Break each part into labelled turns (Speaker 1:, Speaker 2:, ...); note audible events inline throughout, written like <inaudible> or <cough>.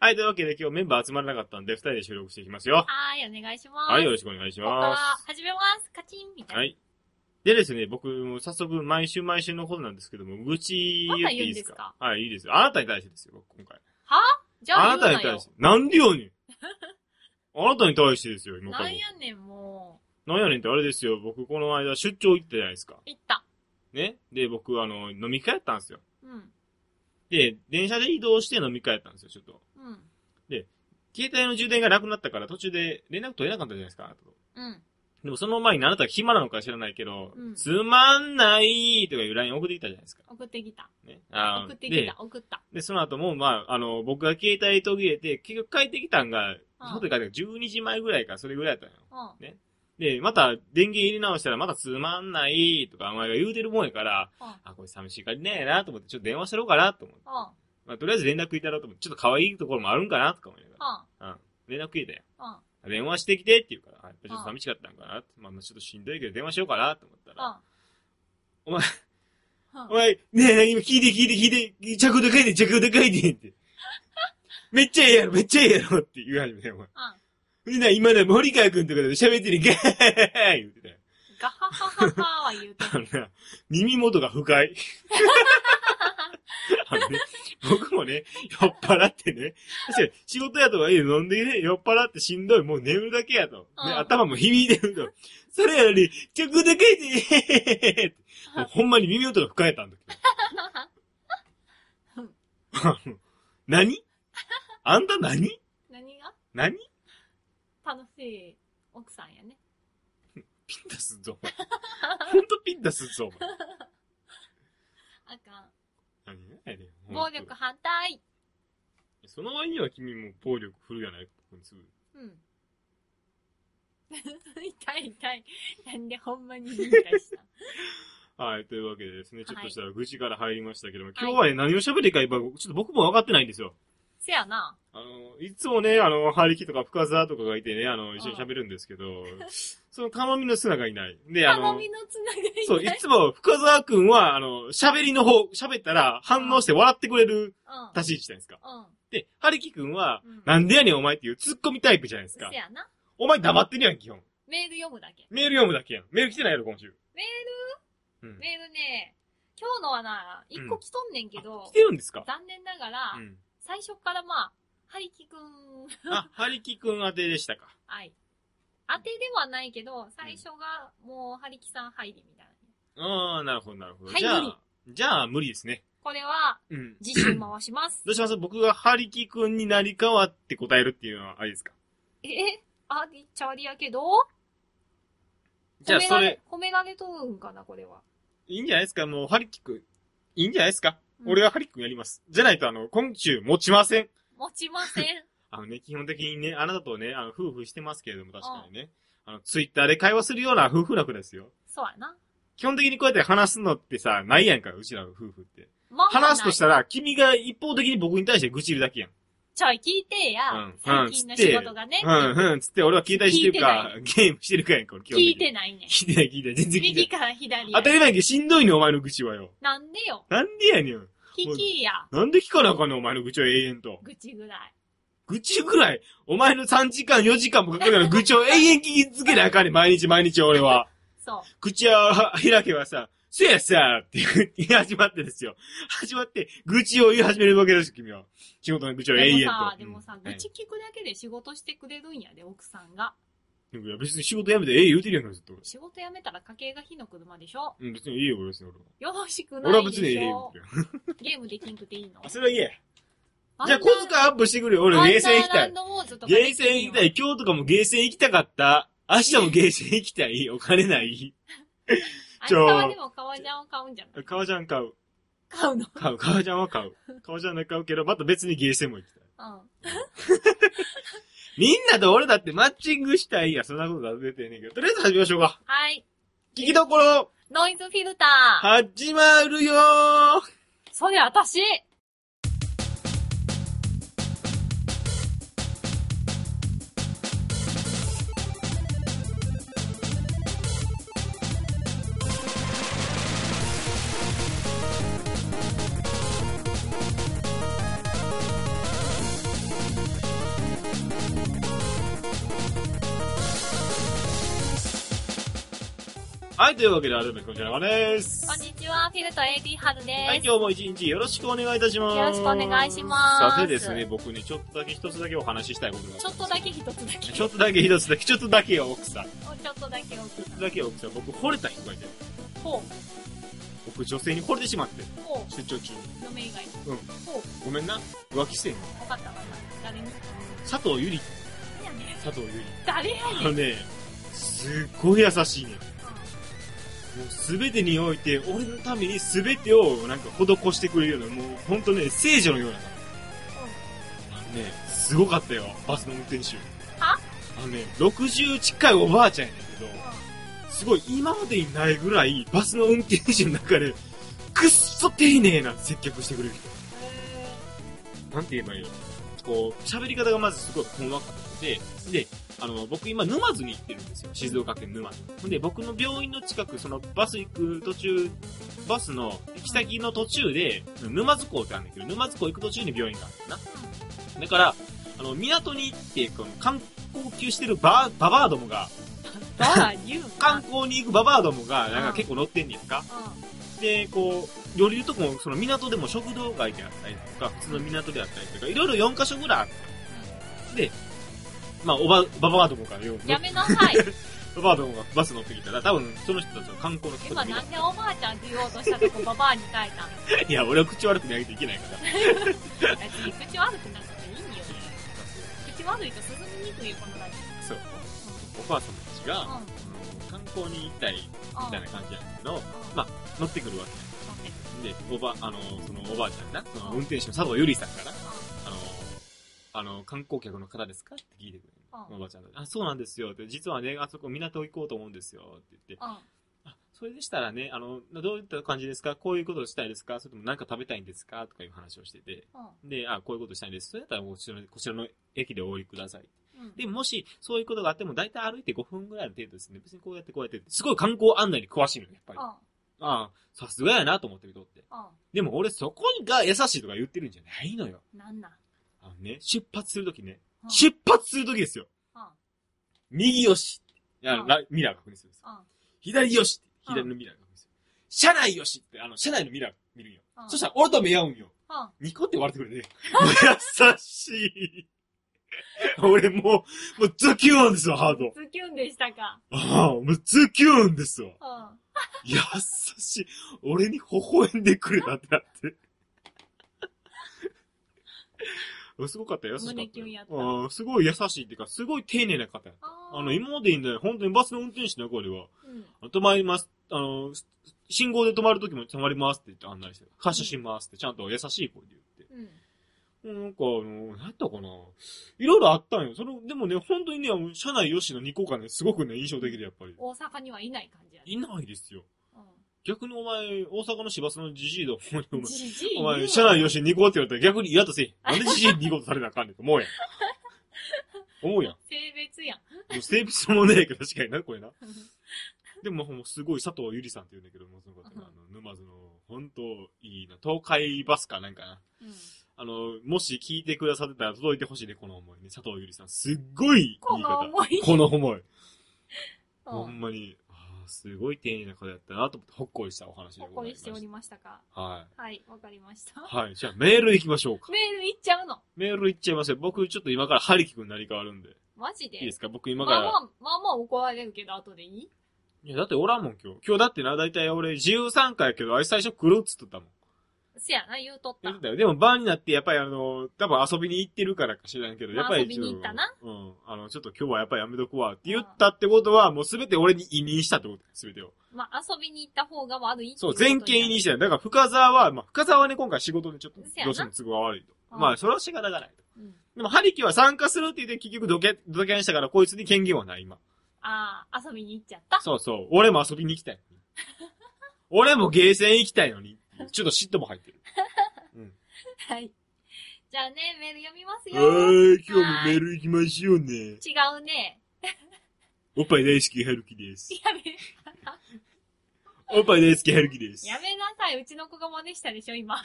Speaker 1: はい、というわけで今日メンバー集まらなかったんで、二人で収録していきますよ。
Speaker 2: はーい、お願いします。
Speaker 1: はい、よろしくお願いし
Speaker 2: ここから
Speaker 1: ま
Speaker 2: 始めます。カチンみた
Speaker 1: す。
Speaker 2: いな。
Speaker 1: はい。でですね、僕も早速、毎週毎週のことなんですけども、愚痴言っていいですかはい、いいですよ。あなたに対してですよ、僕今回。
Speaker 2: じゃあ、
Speaker 1: あなたに対して。なんで <laughs> よねんあなたに対してですよ、今
Speaker 2: 言う
Speaker 1: か
Speaker 2: なよ。な
Speaker 1: ら
Speaker 2: ん。やねん、も
Speaker 1: なんやねんってあれですよ、僕この間出張行ったじゃないですか。
Speaker 2: う。行った。
Speaker 1: ね。で、僕、あの、飲み会やったんですよ。
Speaker 2: うん。
Speaker 1: で、電車で移動して飲み会やったんですよ、ちょっと。
Speaker 2: うん。
Speaker 1: 携帯の充電がなくなったから途中で連絡取れなかったじゃないですか、あなたと。
Speaker 2: うん。
Speaker 1: でもその前にあなたが暇なのか知らないけど、
Speaker 2: うん
Speaker 1: つまんないとかいう LINE 送ってきたじゃないですか。
Speaker 2: 送ってきた。
Speaker 1: ね。あー
Speaker 2: 送ってき
Speaker 1: で
Speaker 2: た、送った。
Speaker 1: で、その後も、まあ、あの、僕が携帯途切れて、結局帰ってきたんが、
Speaker 2: うん
Speaker 1: ホテル帰ってきた12時前ぐらいか、それぐらいだったのよ。
Speaker 2: うん。うん。
Speaker 1: で、また電源入れ直したらまたつまんないとかお前が言うてるもんやから、あ、これ寂しいからねえなと思って、ちょっと電話したろうかなと思って。
Speaker 2: うん。
Speaker 1: まあ、とりあえず連絡いたろうと思って、ちょっと可愛いところもあるんかなとか思いなが
Speaker 2: うん。
Speaker 1: ら。うん。連絡くれたよ。
Speaker 2: うん。
Speaker 1: 電話してきてって言うから、あやっぱちょっと寂しかったんかなって。まあ、まあちょっとしんどいけど電話しようかなと思った
Speaker 2: う
Speaker 1: ら、
Speaker 2: ん。
Speaker 1: お前
Speaker 2: うん。
Speaker 1: お前、ねえ、今聞いて聞いて聞いて、着で書いて着で書いてって。めっちゃええやろ、めっちゃええやろって言われてよ、お前。
Speaker 2: うん。
Speaker 1: でな、今ね、森川くんとかで喋ってるガー言ってたよ。
Speaker 2: ガハハハハは言うて
Speaker 1: あ
Speaker 2: る。
Speaker 1: のな、耳元が不
Speaker 2: <laughs>
Speaker 1: 快。あのね、僕もね、酔っ払ってね、確かに仕事やとはいえ飲んでね、酔っ払ってしんどい、もう眠るだけやと。
Speaker 2: うん
Speaker 1: ね、頭も響いてると。それやのに、ちょくでかい
Speaker 2: <laughs>
Speaker 1: で、もうほんまに耳元が不快やったんだけど。あの何あんた何
Speaker 2: 何が
Speaker 1: 何
Speaker 2: 楽しい奥さんやね。
Speaker 1: ピンタすんぞ、お前。ほんとピンタすんぞ、お前。
Speaker 2: あか
Speaker 1: 何やねんほ
Speaker 2: ん。暴
Speaker 1: んと
Speaker 2: 力反対。
Speaker 1: その割には君も暴力振るやないここにすぐ。
Speaker 2: うん。痛い痛い。なんでほんまに引退したん
Speaker 1: はい、というわけでですね、ちょっ
Speaker 2: は
Speaker 1: と
Speaker 2: い
Speaker 1: した愚痴から入りましたけども、
Speaker 2: い
Speaker 1: 今日はね、何を喋りか、やっぱ、ちょっと僕も分かってないんですよ。
Speaker 2: せやな。
Speaker 1: あの、いつもね、あの、ハリキとか深沢とかがいてね、あの、一緒に喋るんですけど、その、かまみの砂がいない。で、あ
Speaker 2: か
Speaker 1: の
Speaker 2: み、のつながり
Speaker 1: そう、いつも深沢くんは、あの、喋りの方、喋ったら反応して笑ってくれる
Speaker 2: うん。
Speaker 1: 立ち位置じゃないですか。
Speaker 2: うん。
Speaker 1: で、ハリキくんは、
Speaker 2: うん
Speaker 1: なんでやねんお前っていう突っ込みタイプじゃないです
Speaker 2: せ
Speaker 1: か。
Speaker 2: やな。
Speaker 1: お前黙ってるやん、基本。
Speaker 2: メール読むだけ。
Speaker 1: メール読むだけやん。メール来てないやろ、今週。
Speaker 2: メ
Speaker 1: ールうん。
Speaker 2: メールね、今日のはな、一個来とんねんけ
Speaker 1: あ
Speaker 2: ど
Speaker 1: 来、てるんですか
Speaker 2: 残念ながら、
Speaker 1: うん。
Speaker 2: 最初からまあ、ハリキくん、
Speaker 1: あ、ハリキくん宛てでしたか。
Speaker 2: はい。当てではないけど、最初がもう、ハリキさん入りみたいな。
Speaker 1: ああ、なるほど、なるほど。
Speaker 2: はい
Speaker 1: じゃ
Speaker 2: 無理
Speaker 1: あ、じゃあ、無理ですね。
Speaker 2: これ
Speaker 1: <clears throat>
Speaker 2: は、
Speaker 1: うん。
Speaker 2: 次週回します。
Speaker 1: どうします僕がハリキ君になり変わって答えるっていうのはありですか
Speaker 2: えありちゃりやけど
Speaker 1: じゃあ、
Speaker 2: 褒め
Speaker 1: そ
Speaker 2: ら
Speaker 1: れ、
Speaker 2: 褒められとるんかな、これは。
Speaker 1: いいんじゃないですかもう、ハリキ君、いいんじゃないですか、
Speaker 2: うん
Speaker 1: 俺がハリキ君やります。じゃないと、あの、今週持ちません。
Speaker 2: 持ちま
Speaker 1: <laughs>
Speaker 2: せん。
Speaker 1: あのね、基本的にね、あなたとね、あの、夫婦してますけれども、確かにね。あの、ツイッターで会話するような夫婦楽ですよ。
Speaker 2: そうやな。
Speaker 1: 基本的にこうやって話すのってさ、ないやんか、うちらの夫婦って。
Speaker 2: まあ
Speaker 1: 話すとした
Speaker 2: ら。
Speaker 1: ら、君が一方的に僕に対して愚痴るだけやん。
Speaker 2: ちょい聞いてや。
Speaker 1: うん
Speaker 2: 最近の仕事がね。
Speaker 1: うんうん、つって俺は携帯してるか、ゲームしてるかやんか、俺基本的
Speaker 2: 聞
Speaker 1: に
Speaker 2: いてないねん。
Speaker 1: 聞いてない、聞いてない、全然聞いて
Speaker 2: 右
Speaker 1: ない。
Speaker 2: から左や
Speaker 1: 当たり前やけど、しんどいねん、お前の愚痴はよ。
Speaker 2: なんでよ。
Speaker 1: なんでやねん。
Speaker 2: 聞きや。
Speaker 1: なんで聞かなあかんねん、お前の愚痴を永遠と。
Speaker 2: 愚痴ぐらい。
Speaker 1: 愚痴ぐらい、お前の3時間、4時間もかかるような愚痴を永遠聞き続けなあかんねん、毎日毎日俺は。
Speaker 2: そ
Speaker 1: 口を開けばさ、せやさって言い始まってですよ。始まって、愚痴を言い始めるわけですよ、君は。仕事の愚痴
Speaker 2: う。
Speaker 1: を永
Speaker 2: でも
Speaker 1: 遠
Speaker 2: さ
Speaker 1: と、。
Speaker 2: でもさ、
Speaker 1: うん
Speaker 2: 愚痴聞くだけで仕事してくれるんやで、奥さんが。
Speaker 1: いや、別に仕事辞めてええ言うてるやんか、ずっと。
Speaker 2: 仕事辞めたら家計が火の車でしょ
Speaker 1: うん、別にいいよ、俺は別に俺は。
Speaker 2: よろしく
Speaker 1: 俺
Speaker 2: な
Speaker 1: はい
Speaker 2: で
Speaker 1: 別にええ
Speaker 2: し
Speaker 1: 言う
Speaker 2: ょ
Speaker 1: てる
Speaker 2: ゲームできんくていいの
Speaker 1: あ、それはいえ。
Speaker 2: あん
Speaker 1: じゃ
Speaker 2: な
Speaker 1: あ、小遣いアップしてくれよ。俺、ゲーセン行きた
Speaker 2: ワ
Speaker 1: い
Speaker 2: ン。ダーランドウォーズとか
Speaker 1: ゲ
Speaker 2: で
Speaker 1: ー
Speaker 2: きんよ
Speaker 1: セン行きたい。今日とかもゲーセン行きたかった。明日もゲーセン行きたい。お金
Speaker 2: <laughs>
Speaker 1: ない。
Speaker 2: あん
Speaker 1: ち
Speaker 2: た
Speaker 1: ょ
Speaker 2: はでも革ジャンを買うんじゃない
Speaker 1: 革ジャン買う。
Speaker 2: 買うの。
Speaker 1: 買う。革ジャンは買う。革ジャンは買うけど、また別にゲーセンも行きたい。
Speaker 2: うん。
Speaker 1: みんなと俺だってマッチングしたいや。そんなことだ出てんねんけど。とりあえず始めましょうか。
Speaker 2: はい。
Speaker 1: 聞きどころ、
Speaker 2: ノイズフィルター。
Speaker 1: 始まるよー
Speaker 2: それ私。
Speaker 1: 「はい、というわけで、アルメくんじゃなかです。
Speaker 2: こんにちは、フィルト AD 春です。
Speaker 1: はい、今日も一日よろしくお願いいたします。
Speaker 2: よろしくお願いしま
Speaker 1: さ
Speaker 2: す
Speaker 1: てですね、僕にちょっとだけ一つだけお話ししたいことがあ
Speaker 2: ちょっとだけ一つだ
Speaker 1: <laughs>
Speaker 2: け。
Speaker 1: け。ちょっとだけ一つだけ、ちょっとだけよ、奥さん。ち
Speaker 2: ちょっとだけ
Speaker 1: ょっとだけよ、奥さん。僕、惚れた人がいて、
Speaker 2: ほ
Speaker 1: 僕、女性に惚れてしまって、
Speaker 2: う、ほ
Speaker 1: 出張中に。
Speaker 2: う、嫁以外。
Speaker 1: うん
Speaker 2: ほう、
Speaker 1: ごめんな、浮気してんの。
Speaker 2: 分かったわかった。誰に
Speaker 1: 佐藤ゆり、
Speaker 2: いやね
Speaker 1: 佐藤ゆり。
Speaker 2: 誰やね
Speaker 1: あのね、すっごい優しいね。もうすべてにおいて、俺のためにすべてをなんか施してくれるような、もうほんとね、聖女のような。あのね、すごかったよ、バスの運転手。
Speaker 2: は
Speaker 1: あのね、60近いおばあちゃんやねんけど、すごい今までにないぐらい、バスの運転手の中で、くっそ丁寧な接客してくれる人。なんて言えばいいのこう、喋り方がまずすごい困惑で、で、あの、僕今沼津に行ってるんですよ。静岡県沼津。ほんで、僕の病院の近く、そのバス行く途中、バスの行き先の途中で、沼津港ってあるんだけど、沼津港行く途中に病院があるんだな。だから、あの、港に行って、この観光級してるバババアどもが、
Speaker 2: バー言う
Speaker 1: 観
Speaker 2: か。
Speaker 1: 光に行くババアどもが、なんか結構乗ってんねやんか。で、こう、寄りるとこも、その港でも食堂街であったりとか、普通の港であったりとか、いろいろ4カ所ぐらいあって、で、まあ、おば、ババアどもがよ、
Speaker 2: やめなさい。
Speaker 1: ババアどもがバス乗ってきたら、多分その人たちの観光の人た
Speaker 2: 今
Speaker 1: ちみん
Speaker 2: なんでおばあちゃんって言おうとしたとこババアに変えたん
Speaker 1: いや、俺は口悪く見上げていけないから。
Speaker 2: 別に口悪くなくていいよ。口悪いと進みにくいよ、このラジ
Speaker 1: そう。お母さんたちが、
Speaker 2: オ。うん。うん。
Speaker 1: 観光に行きたいみ <laughs> たいな感じなんだけど、ま乗ってくるわけ。で、おば、あの、そのおばあちゃんな、その運転手の佐藤ゆりさんから、あの、あの、観光客の方ですかって聞いてくれる。おばあちゃんがあ、そうなんですよ。って、実はね、あそこ港行こうと思うんですよ。って言って、あ、それでしたらね、あの、どういった感じですかこういうことをしたいですかそれとも何か食べたいんですかとかいう話をしてて。で、あ、こういうことしたいんです。それだったらこちらの、こちらの駅でお降りください。で、もし、そういうことがあっても、だいたい歩いて5分ぐらいの程度ですね。別にこうやってこうやってって。すごい観光案内に詳しいのよ、やっぱり。ああ、さすがやなと思って見とって。でも俺、そこが優しいとか言ってるんじゃないのよ。
Speaker 2: なんなん
Speaker 1: あのね、出発するときね。出発するときですよ。右よし。いや、
Speaker 2: うん
Speaker 1: ラミラー確認するんですよ。左よし。左のミラー確認する。車内よしって、あの、車内のミラー見るんよ。そしたら俺と目合うんよ。ニコって笑ってくれて。もう優しい。俺もう、もうズキューンですよ、ハード。
Speaker 2: ズキュンでしたか。
Speaker 1: ああ、もうズキューンですわ。
Speaker 2: うん。
Speaker 1: 優しい。俺に微笑んでくれたってなって。 <laughs> うんすごかったよ、優しかったよ。
Speaker 2: 胸キュンやった
Speaker 1: うんすごい優しいっていうか、すごい丁寧な方やった。あの、今までいいんだよ。本当にバスの運転手の声では、
Speaker 2: うん。
Speaker 1: 止まります。あの、す信号で止まるときも止まりますって言って案内して、発車しますって、ちゃんと優しい声で言って。
Speaker 2: うん。
Speaker 1: なんか、あの、なんやったかな。いろいろあったんよ。それ、でもね、本当にね、あの車内よしの2個がね、すごくね、印象的で、やっぱり。
Speaker 2: 大阪にはいない感じやね。
Speaker 1: いないですよ。
Speaker 2: う
Speaker 1: 逆にお前、大阪の市バスのジジイだ、お前お
Speaker 2: ん。
Speaker 1: 前
Speaker 2: じじい。
Speaker 1: お前、車内よし2個って言われたら逆に嫌とせえへん。なんでジジイ2個とされなあかんねんと思うやん。思うやん。
Speaker 2: 性別やん。
Speaker 1: もう性別もねえけど、確かにな、これな。でも、もうすごい佐藤ゆりさんって言うんだけど、もうその方が、あの、沼津の、本当いいな、東海バスかなんかな。
Speaker 2: うん。
Speaker 1: あの、もし聞いてくださってたら届いてほしいね、この思いね。佐藤ゆりさん、すっごいいい
Speaker 2: <laughs> こ
Speaker 1: 方。
Speaker 2: の思い。
Speaker 1: この思い。
Speaker 2: うん
Speaker 1: ほんまに、あーすごい丁寧な方やったなと思って、ほっこりしたお話で
Speaker 2: ほっ
Speaker 1: ご
Speaker 2: こ
Speaker 1: ざいま
Speaker 2: りし
Speaker 1: す
Speaker 2: てお。り <laughs> ましたか。
Speaker 1: はい。
Speaker 2: はい、わかりました。
Speaker 1: はい。じゃあ、メール行きましょうか。
Speaker 2: メールいっちゃうの。
Speaker 1: メール行っちゃいますよ。僕、ちょっと今から、ハリキ君になり変わるんで。
Speaker 2: マジで。
Speaker 1: いいですか僕、今
Speaker 2: ま
Speaker 1: か
Speaker 2: あ
Speaker 1: ら。
Speaker 2: まあ、まあまあ怒られるけど、後でいい
Speaker 1: いや、だっておらんもん、今日。今日だってな、だいたい俺、13回やけど、あれ最初来るっつっとったもん。
Speaker 2: せやな、言うとった
Speaker 1: 言っ。てたよ。でも、バーになって、やっぱりあの、多分遊びに行ってるからか知らんけど、
Speaker 2: まあ
Speaker 1: やっぱりちょ。
Speaker 2: 遊びに行ったな
Speaker 1: うん。あの、ちょっと今日はやっぱりやめとくわって言ったってことは、もうすべて俺に委任したってことすべてを。
Speaker 2: まあ、遊びに行った方が悪いってい
Speaker 1: そう、
Speaker 2: ことに
Speaker 1: 全
Speaker 2: なる
Speaker 1: 権委任したよ。だから、深沢は、まあ、深沢はね、今回仕事でちょっと
Speaker 2: そうや、な
Speaker 1: どうしても都合が悪いと。
Speaker 2: うん
Speaker 1: まあ、それは仕方がない。
Speaker 2: うん
Speaker 1: でも、ハリキは参加するって言って、結局ドケ、ドケンしたから、こいつに権限はない、今。
Speaker 2: ああ、遊びに行っちゃった。 <laughs>
Speaker 1: そうそう。俺も遊びに行きたい。俺もゲーセン行きたいのに。ちょっと嫉妬も入ってる。うん。
Speaker 2: はい。じゃあね、メール読みますよ。
Speaker 1: はい、今日もメール行きましょうね。
Speaker 2: 違うね。
Speaker 1: おっぱい大好き、はるきです。
Speaker 2: やめ、
Speaker 1: おっぱい大好き、はるきです。
Speaker 2: やめなさい。うちの子が真似したでしょ、今。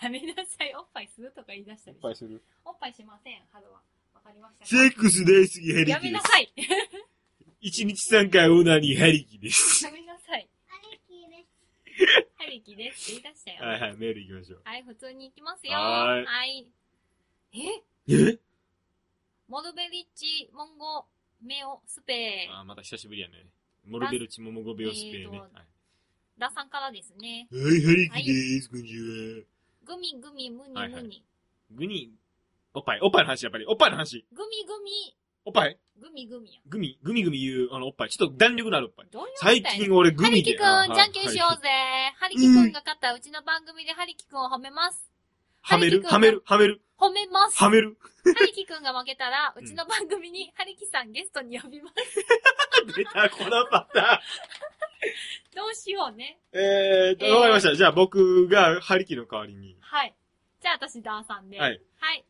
Speaker 2: やめなさい。おっぱいするとか言い出したで
Speaker 1: お
Speaker 2: し
Speaker 1: っぱ
Speaker 2: ょ
Speaker 1: い。する。
Speaker 2: おっぱいしません、ハルは。わかりました
Speaker 1: セ
Speaker 2: か。
Speaker 1: ックス大好き、はるきです。
Speaker 2: やめなさい。
Speaker 1: 一日三回オーナーに張り切です。
Speaker 2: ごめんなさい。
Speaker 3: キーです。。
Speaker 2: はりきですって言い出したよ。
Speaker 1: はいはい、メール行きましょう。
Speaker 2: はい、普通に行きますよ。
Speaker 1: はーい
Speaker 2: え
Speaker 1: え
Speaker 2: モルベリッチ、モンゴ、メオ、スペ
Speaker 1: あー、また久しぶりやね。モルベルチモモゴベオスペーね。
Speaker 2: えー
Speaker 1: は
Speaker 2: とー。ラさんからですね。
Speaker 1: い、はい、ハリキです、こんにちは。
Speaker 2: グミグミ、ムニムニ。
Speaker 1: はいはいグニ、おっぱい、おっぱいの話、やっぱり。おっぱいの話。
Speaker 2: グミグミ、
Speaker 1: おっぱい
Speaker 2: グミグミや。
Speaker 1: グミ、グミグミ言う、あの、おっぱい。ちょっと弾力のあるおっぱい。
Speaker 2: どういうことやね
Speaker 1: 最
Speaker 2: ん
Speaker 1: 近俺グ
Speaker 2: はり
Speaker 1: ミ
Speaker 2: き
Speaker 1: で。
Speaker 2: くん、じゃんけんしよう
Speaker 1: う。
Speaker 2: ぜ。はりきくんが勝ったらうちの番組ではりきくんを褒めます。
Speaker 1: はめる、
Speaker 2: は
Speaker 1: は
Speaker 2: め
Speaker 1: め
Speaker 2: る
Speaker 1: る、はめる、
Speaker 2: 褒めま
Speaker 1: <laughs>
Speaker 2: す。
Speaker 1: は
Speaker 2: は
Speaker 1: める。
Speaker 2: りきくんが負けたら、うちの番組にはりきさんゲストに呼びます。 <laughs>
Speaker 1: 出た、このパタ
Speaker 2: どうしようね。
Speaker 1: ーン。えーと、
Speaker 2: えー
Speaker 1: わかりました。じゃあ僕がハリキの代わりに。
Speaker 2: はい。じゃあ私、ダーさんで。
Speaker 1: はい。
Speaker 2: はい。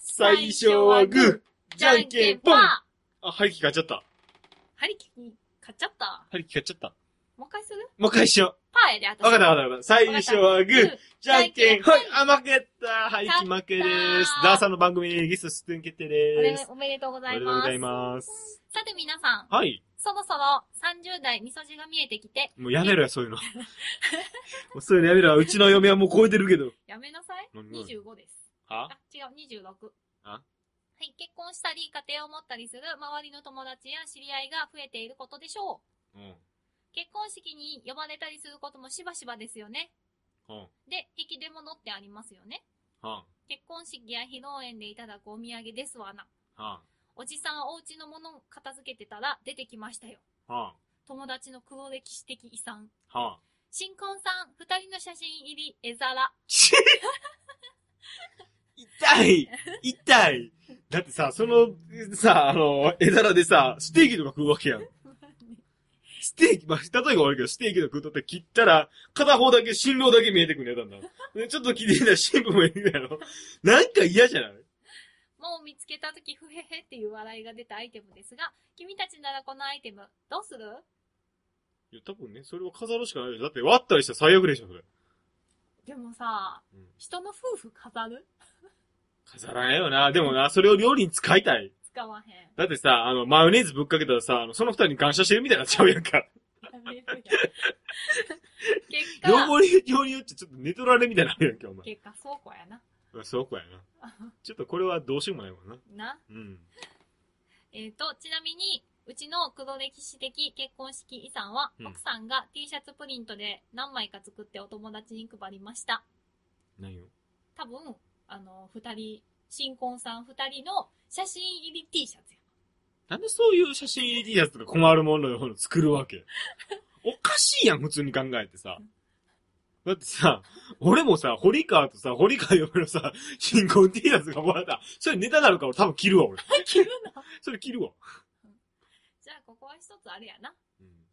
Speaker 1: 最初はグー、じゃんけんぽん。あ、
Speaker 2: は
Speaker 1: ハリキ買っちゃった。
Speaker 2: りきに買っちゃった。
Speaker 1: ハリキ買っちゃった。
Speaker 2: もう一回する
Speaker 1: もう一回しよ
Speaker 2: パーやで、
Speaker 1: う。
Speaker 2: 私。
Speaker 1: わかったわかったわかった。最初はグー、じゃんけんぽん
Speaker 2: じゃんけん。
Speaker 1: あ、負けた。ハリキ負けで
Speaker 2: 勝っ
Speaker 1: す。
Speaker 2: た
Speaker 1: ダーさんの番組にゲスト出演決定で
Speaker 2: お
Speaker 1: す。
Speaker 2: めおめでとうご
Speaker 1: あ
Speaker 2: ざい
Speaker 1: りがとう
Speaker 2: ま
Speaker 1: ご
Speaker 2: す。
Speaker 1: ざいます。
Speaker 2: さて皆さん、
Speaker 1: はい。
Speaker 2: そろそろ30代味噌汁が見えてきて、
Speaker 1: もうやめろよ、そういうの。も <laughs> うそういうのやめろよ。うちの嫁はもう超えてるけど。
Speaker 2: やめなさい。
Speaker 1: 何何
Speaker 2: 25です。
Speaker 1: あ
Speaker 2: あ、違う、26。
Speaker 1: あ
Speaker 2: はい、結婚したり、家庭を持ったりする周りの友達や知り合いが増えていることでしょう。
Speaker 1: うん。
Speaker 2: 結婚式に呼ばれたりすることもしばしばですよね。
Speaker 1: うん。うん。
Speaker 2: で、引き出物ってありますよね。
Speaker 1: は
Speaker 2: 結婚式や披露宴でいただくお土産ですわな。
Speaker 1: は
Speaker 2: おじさんお家のもの片付けてたら出てきましたよ。
Speaker 1: は
Speaker 2: 友達の黒歴史的遺産。
Speaker 1: は
Speaker 2: 新婚さん、二人の写真入り、絵皿。
Speaker 1: 痛い痛いだってさ、その、さ、あの、絵皿でさ、ステーキとか食うわけやん。ステーキ、まあ、例えば悪いけど、ステーキとか食うとって切ったら、片方だけ、新郎だけ見えてくるやつなんだ。でちょっと聞いてみたら、新婦もいるやろ。なんか嫌じゃない
Speaker 2: もう見つけたとき、ふへへっていう笑いが出たアイテムですが、君たちならこのアイテム、どうする
Speaker 1: いや、多分ね、それは飾るしかないよ。だって割ったりしたら最悪でしょ、それ。
Speaker 2: でもさ、
Speaker 1: うん
Speaker 2: 人の夫婦飾る
Speaker 1: 飾らないよな。でもな、それを料理に使いたい。
Speaker 2: 使わへ
Speaker 1: だってさ、あの、マヨネーズぶっかけたらさ、あの、その二人に感謝してるみたいになっちゃうやんか。
Speaker 2: ん。やめるやん
Speaker 1: <laughs>
Speaker 2: 結果、
Speaker 1: 汚れ、汚れよってちょっと寝取られみたいになるやんけ、お前。
Speaker 2: 結果、倉庫やな。
Speaker 1: そうかやな。ちょっとこれはどうしようもないもんな。
Speaker 2: な。
Speaker 1: うん。
Speaker 2: えっ、と、ちなみに、うちの黒歴史的結婚式遺産は、
Speaker 1: うん
Speaker 2: 奥さんが T シャツプリントで何枚か作ってお友達に配りました。
Speaker 1: 何よ。
Speaker 2: 多分、あの、二人、新婚さん二人の写真入り T シャツや。
Speaker 1: なんでそういう写真入り T シャツとか困るものを作るわけおかしいやん、普通に考えてさ。だってさ、俺もさ、堀川とさ、堀川嫁のさ、新婚 T シャツがもらった。それネタになるから多分着るわ、
Speaker 2: <laughs>
Speaker 1: 俺。
Speaker 2: 着るの
Speaker 1: それ着るわ。
Speaker 2: じゃあ、ここは一つあれやな。
Speaker 1: うん。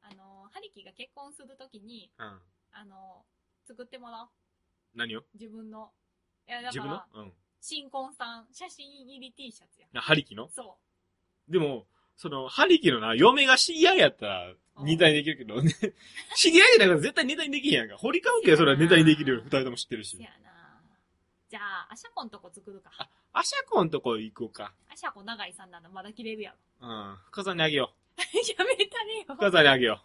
Speaker 2: あの、ハリキが結婚するときに、
Speaker 1: うん。
Speaker 2: あの、作ってもらおう。
Speaker 1: 何よ
Speaker 2: 自分の。いや、だ
Speaker 1: 自
Speaker 2: か
Speaker 1: 分の
Speaker 2: ら、
Speaker 1: うん。
Speaker 2: 新婚さん、写真入り T シャツや。
Speaker 1: な、ハリキの
Speaker 2: そ
Speaker 1: でも、その、ハリキのな、嫁が知り合いやったら、ネタにできるけど、ね、知り合いだから絶対ネタにできへんやんか。堀川家はそれはネタにできるよ、二人とも知ってる
Speaker 2: う。
Speaker 1: し
Speaker 2: せ。やなじゃあ、アシャコんとこ作るか。
Speaker 1: アシャコんとこ行こうか。
Speaker 2: アシャコ長井さんならまだ着れるやろ。 <laughs>
Speaker 1: うん。深んにあげよ
Speaker 2: やめ
Speaker 1: う。
Speaker 2: たれ
Speaker 1: 深
Speaker 2: よ。
Speaker 1: んにあげよ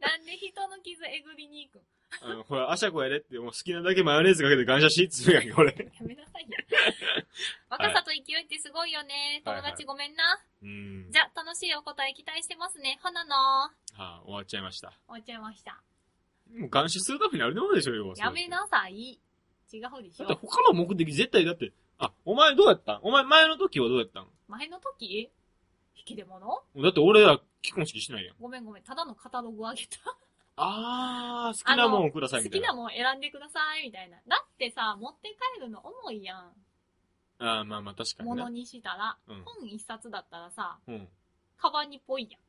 Speaker 2: なんで人の傷えぐりに行くん
Speaker 1: う。あの、ほら、アシャコやでって、もう好きなだけマヨネーズかけて感謝しっつうやんけ、俺。
Speaker 2: やめなさい
Speaker 1: <laughs>
Speaker 2: よ。若さと勢いってすごいよね。
Speaker 1: はい
Speaker 2: 友達ごめんな。
Speaker 1: うん。
Speaker 2: じゃあ、楽しいお答え期待してますね。ほなの。
Speaker 1: はあ、終わっちゃいました。
Speaker 2: 終わっちゃいました。
Speaker 1: もう感謝するためにあれでもでしょ、要は。
Speaker 2: やめ。なさい。違うでし
Speaker 1: だって
Speaker 2: ょ。
Speaker 1: 他の目的絶対だって、あ、お前どうやったんお前前の時はどうやったん
Speaker 2: 前の時引き出物
Speaker 1: だって俺ら結婚式しないやん。
Speaker 2: ごめんごめん。ただのカタログあげた。
Speaker 1: あー、好きなもんくださ
Speaker 2: 好
Speaker 1: いみたい
Speaker 2: き
Speaker 1: な。
Speaker 2: なもん選んでください、みたいな。だってさ、持って帰るの重いやん。
Speaker 1: ああ、まあまあ確かに
Speaker 2: 物
Speaker 1: ね。
Speaker 2: にしたら。
Speaker 1: うん。
Speaker 2: 本一冊だったらさ、
Speaker 1: うん。
Speaker 2: カバンにぽいやん。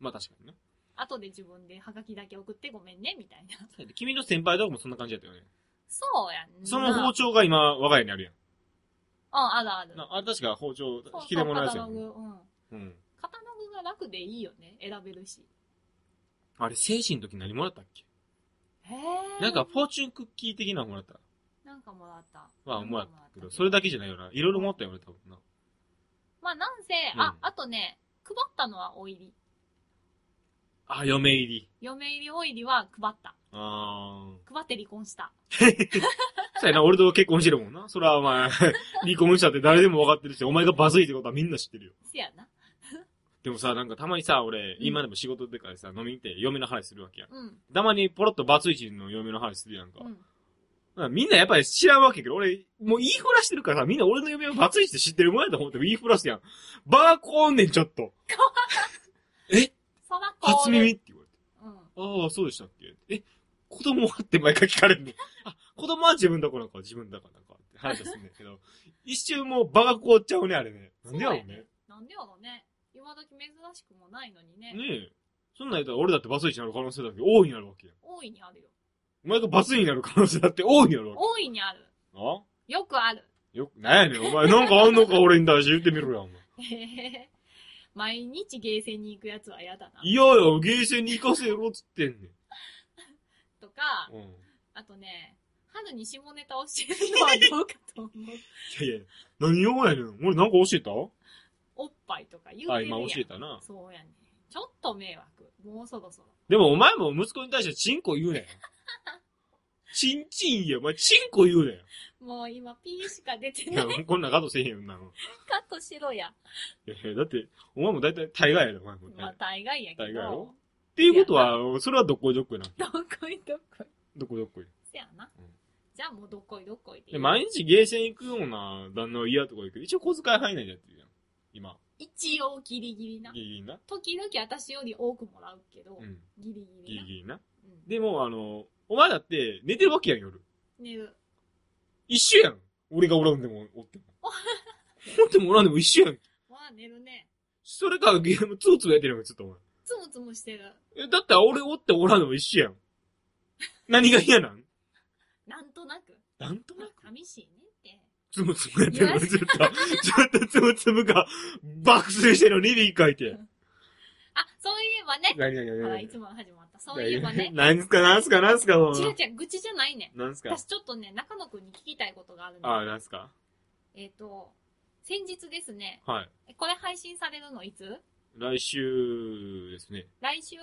Speaker 1: まあ確かにね。
Speaker 2: 後で自分でハガキだけ送ってごめんね、みたいな。 <laughs>
Speaker 1: 君の先輩とかもそんな感じだったよね。
Speaker 2: そうやんな。
Speaker 1: その包丁が今、我が家にあるや
Speaker 2: うん、あるある
Speaker 1: ん。。なあれ確か包丁、引
Speaker 2: そう
Speaker 1: き出物のやつ
Speaker 2: カタ
Speaker 1: や
Speaker 2: ロ
Speaker 1: ん
Speaker 2: グ、う
Speaker 1: ね。
Speaker 2: ん。
Speaker 1: うん。
Speaker 2: カタログが楽でいいよね。選べるし。
Speaker 1: あれ、精神の時何もらったっけ
Speaker 2: へえ。
Speaker 1: なんか、、フォーチュンクッキー的なのもらった。
Speaker 2: なんかもらった。
Speaker 1: まあ、もらっ
Speaker 2: なんか
Speaker 1: たけど、それだけじゃないよな。いろいろもらったよ、俺多分な。
Speaker 2: まあ、なんせ、
Speaker 1: うん
Speaker 2: あ、あとね、配ったのはお入り。
Speaker 1: あ、嫁入り。
Speaker 2: 嫁入りお入りは配った。
Speaker 1: あー。
Speaker 2: 配って離婚した。
Speaker 1: そうやな、俺と結婚してるもんな。それはお前、 <laughs> 離婚したって誰でも分かってるし、お前がバズいってことはみんな知ってるよ。
Speaker 2: せやな。
Speaker 1: でもさ、なんかたまにさ、俺、
Speaker 2: うん
Speaker 1: 今でも仕事でからさ、飲みに行って嫁の話するわけやん。
Speaker 2: うん。
Speaker 1: たまにポロッとバツイチの嫁の話するやんか。
Speaker 2: うん。
Speaker 1: まあみんなやっぱり知らんわけやけど、俺、もう言いふらしてるからさ、みんな俺の嫁をバツイチって知ってるもんやと思って言いふらすやん。バーコーンねん、ちょっと。え
Speaker 2: そらこう。
Speaker 1: 初耳っ。て言われて。
Speaker 2: うん。
Speaker 1: ああ、そうでしたっけえ子供はって毎回聞か
Speaker 2: <laughs>
Speaker 1: れるの。あ、子供は自分だこなんか、自分だかなんかって話すんだけど、一瞬もう場が凍っちゃうね、あれね。なんでやろうね。ね
Speaker 2: なんでやろね。今時珍しくもないのにね。
Speaker 1: え。そんなん言ったら俺だってバツイチになる可能性だって大いになるわけやん。
Speaker 2: 大いにあるよ。
Speaker 1: お前がバツイになる可能性だって大いになるわけ
Speaker 2: 大いにある。
Speaker 1: やん。あ
Speaker 2: よくある。 <laughs>
Speaker 1: よく、なんやねん、お前なんかあんのか俺に対して言ってみろや、お前。
Speaker 2: へへへ毎日ゲーセンに行くやつは嫌だな。
Speaker 1: いやいや、ゲーセンに行かせろっつってんね
Speaker 2: とか、
Speaker 1: ん。うん。い
Speaker 2: あとね、春に下ネタ教え
Speaker 1: <laughs>
Speaker 2: るのはどうかと思う。
Speaker 1: やいや、何用やねん。俺なんか教えた
Speaker 2: おっぱいとか言うて
Speaker 1: あ、
Speaker 2: るや
Speaker 1: 今
Speaker 2: ん。
Speaker 1: 教えたな。
Speaker 2: そうやね。ちょっと迷惑。もうそろそろ。
Speaker 1: でもお前も息子に対してチンコ言うなよ。チンチンや、お前チンコ言うなよ。
Speaker 2: もう今、ピーしか出て
Speaker 1: い
Speaker 2: ない。
Speaker 1: や
Speaker 2: カッ、
Speaker 1: こんなんガトせえへんよんなの。
Speaker 2: トしろや。
Speaker 1: いやいや、だって、お前も大体大概やろ、お前も。
Speaker 2: まあ
Speaker 1: っ、
Speaker 2: 大概やけど。
Speaker 1: 大概やろていうことは、それはどっこいどっこいな。
Speaker 2: どこいどこい。
Speaker 1: どっこいどっこい。
Speaker 2: せやな。
Speaker 1: うん
Speaker 2: じゃあもうどこいどこいで
Speaker 1: で、。毎日ゲーセン行くような旦那は嫌とか言うけど、一応小遣い入んないでやってるやん。今。
Speaker 2: 一応ギリギリな。
Speaker 1: ギリギリな。
Speaker 2: 時々私より多くもらうけど、
Speaker 1: うん。ギ
Speaker 2: ギリギリ
Speaker 1: リ
Speaker 2: な。
Speaker 1: ギリな。
Speaker 2: うん
Speaker 1: でも、あの、お前だって寝てるわけやん、夜。
Speaker 2: 寝る。
Speaker 1: 一緒やん。俺がおらんでも、お
Speaker 2: <laughs>
Speaker 1: っても。おってもおらんでも一緒やん。
Speaker 2: まあ寝るね。
Speaker 1: それからゲームツーツーやってるやん、ちょっとお前。
Speaker 2: つむつむしてる。
Speaker 1: え、だったら俺おっておらんでも一緒やん。何が嫌なん
Speaker 2: なんとなく。
Speaker 1: なんとなく。
Speaker 2: 寂しいねって。
Speaker 1: つむつむやってるの、ずっと。ずっとつむつむが爆睡してるのにリリー書いて。
Speaker 2: あ、そういえばね。
Speaker 1: 何何何
Speaker 2: ほら、
Speaker 1: 何
Speaker 2: いつもの始まった。そういえばね。
Speaker 1: 何すか何すか何すかもう
Speaker 2: 違う違う、愚痴じゃないね。
Speaker 1: 何すか
Speaker 2: 私ちょっとね、中野くんに聞きたいことがある
Speaker 1: ああ、
Speaker 2: の。
Speaker 1: 何すか
Speaker 2: えっと、先日ですね。
Speaker 1: はい。
Speaker 2: えこれ配信されるのいつ
Speaker 1: 来週ですね。
Speaker 2: 来週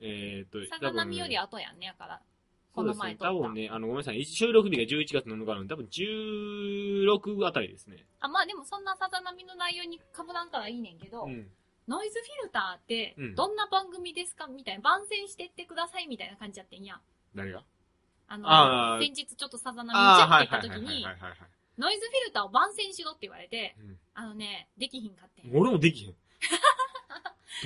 Speaker 1: えーっと、
Speaker 2: さ
Speaker 1: 多
Speaker 2: ざ
Speaker 1: 分
Speaker 2: 波より後やんねやから。
Speaker 1: そ
Speaker 2: こ
Speaker 1: うで
Speaker 2: の
Speaker 1: すね
Speaker 2: 前。撮
Speaker 1: 多
Speaker 2: った
Speaker 1: 分。ね、あの、ごめんなさい。収録日が11月7日なので、多分16あたりですね。
Speaker 2: あ、まあでもそんなさざ波の内容にかぶらんからいいねんけど、
Speaker 1: うん。
Speaker 2: ノイズフィルターって
Speaker 1: うん
Speaker 2: どんな番組ですかみたいな、番宣してってくださいみたいな感じやってんやん。
Speaker 1: 誰が
Speaker 2: あ
Speaker 1: あ
Speaker 2: の、
Speaker 1: ー
Speaker 2: 先日ちょっとさざ波
Speaker 1: ああ、は
Speaker 2: に
Speaker 1: い
Speaker 2: チェ
Speaker 1: は
Speaker 2: ッ
Speaker 1: い
Speaker 2: ク
Speaker 1: は
Speaker 2: 行った時
Speaker 1: いはい
Speaker 2: に
Speaker 1: は、いはい。
Speaker 2: ノイズフィルターを番宣しろって言われて、
Speaker 1: うん
Speaker 2: あのね、できひんかってん。
Speaker 1: 俺もで
Speaker 2: <laughs>
Speaker 1: きへん。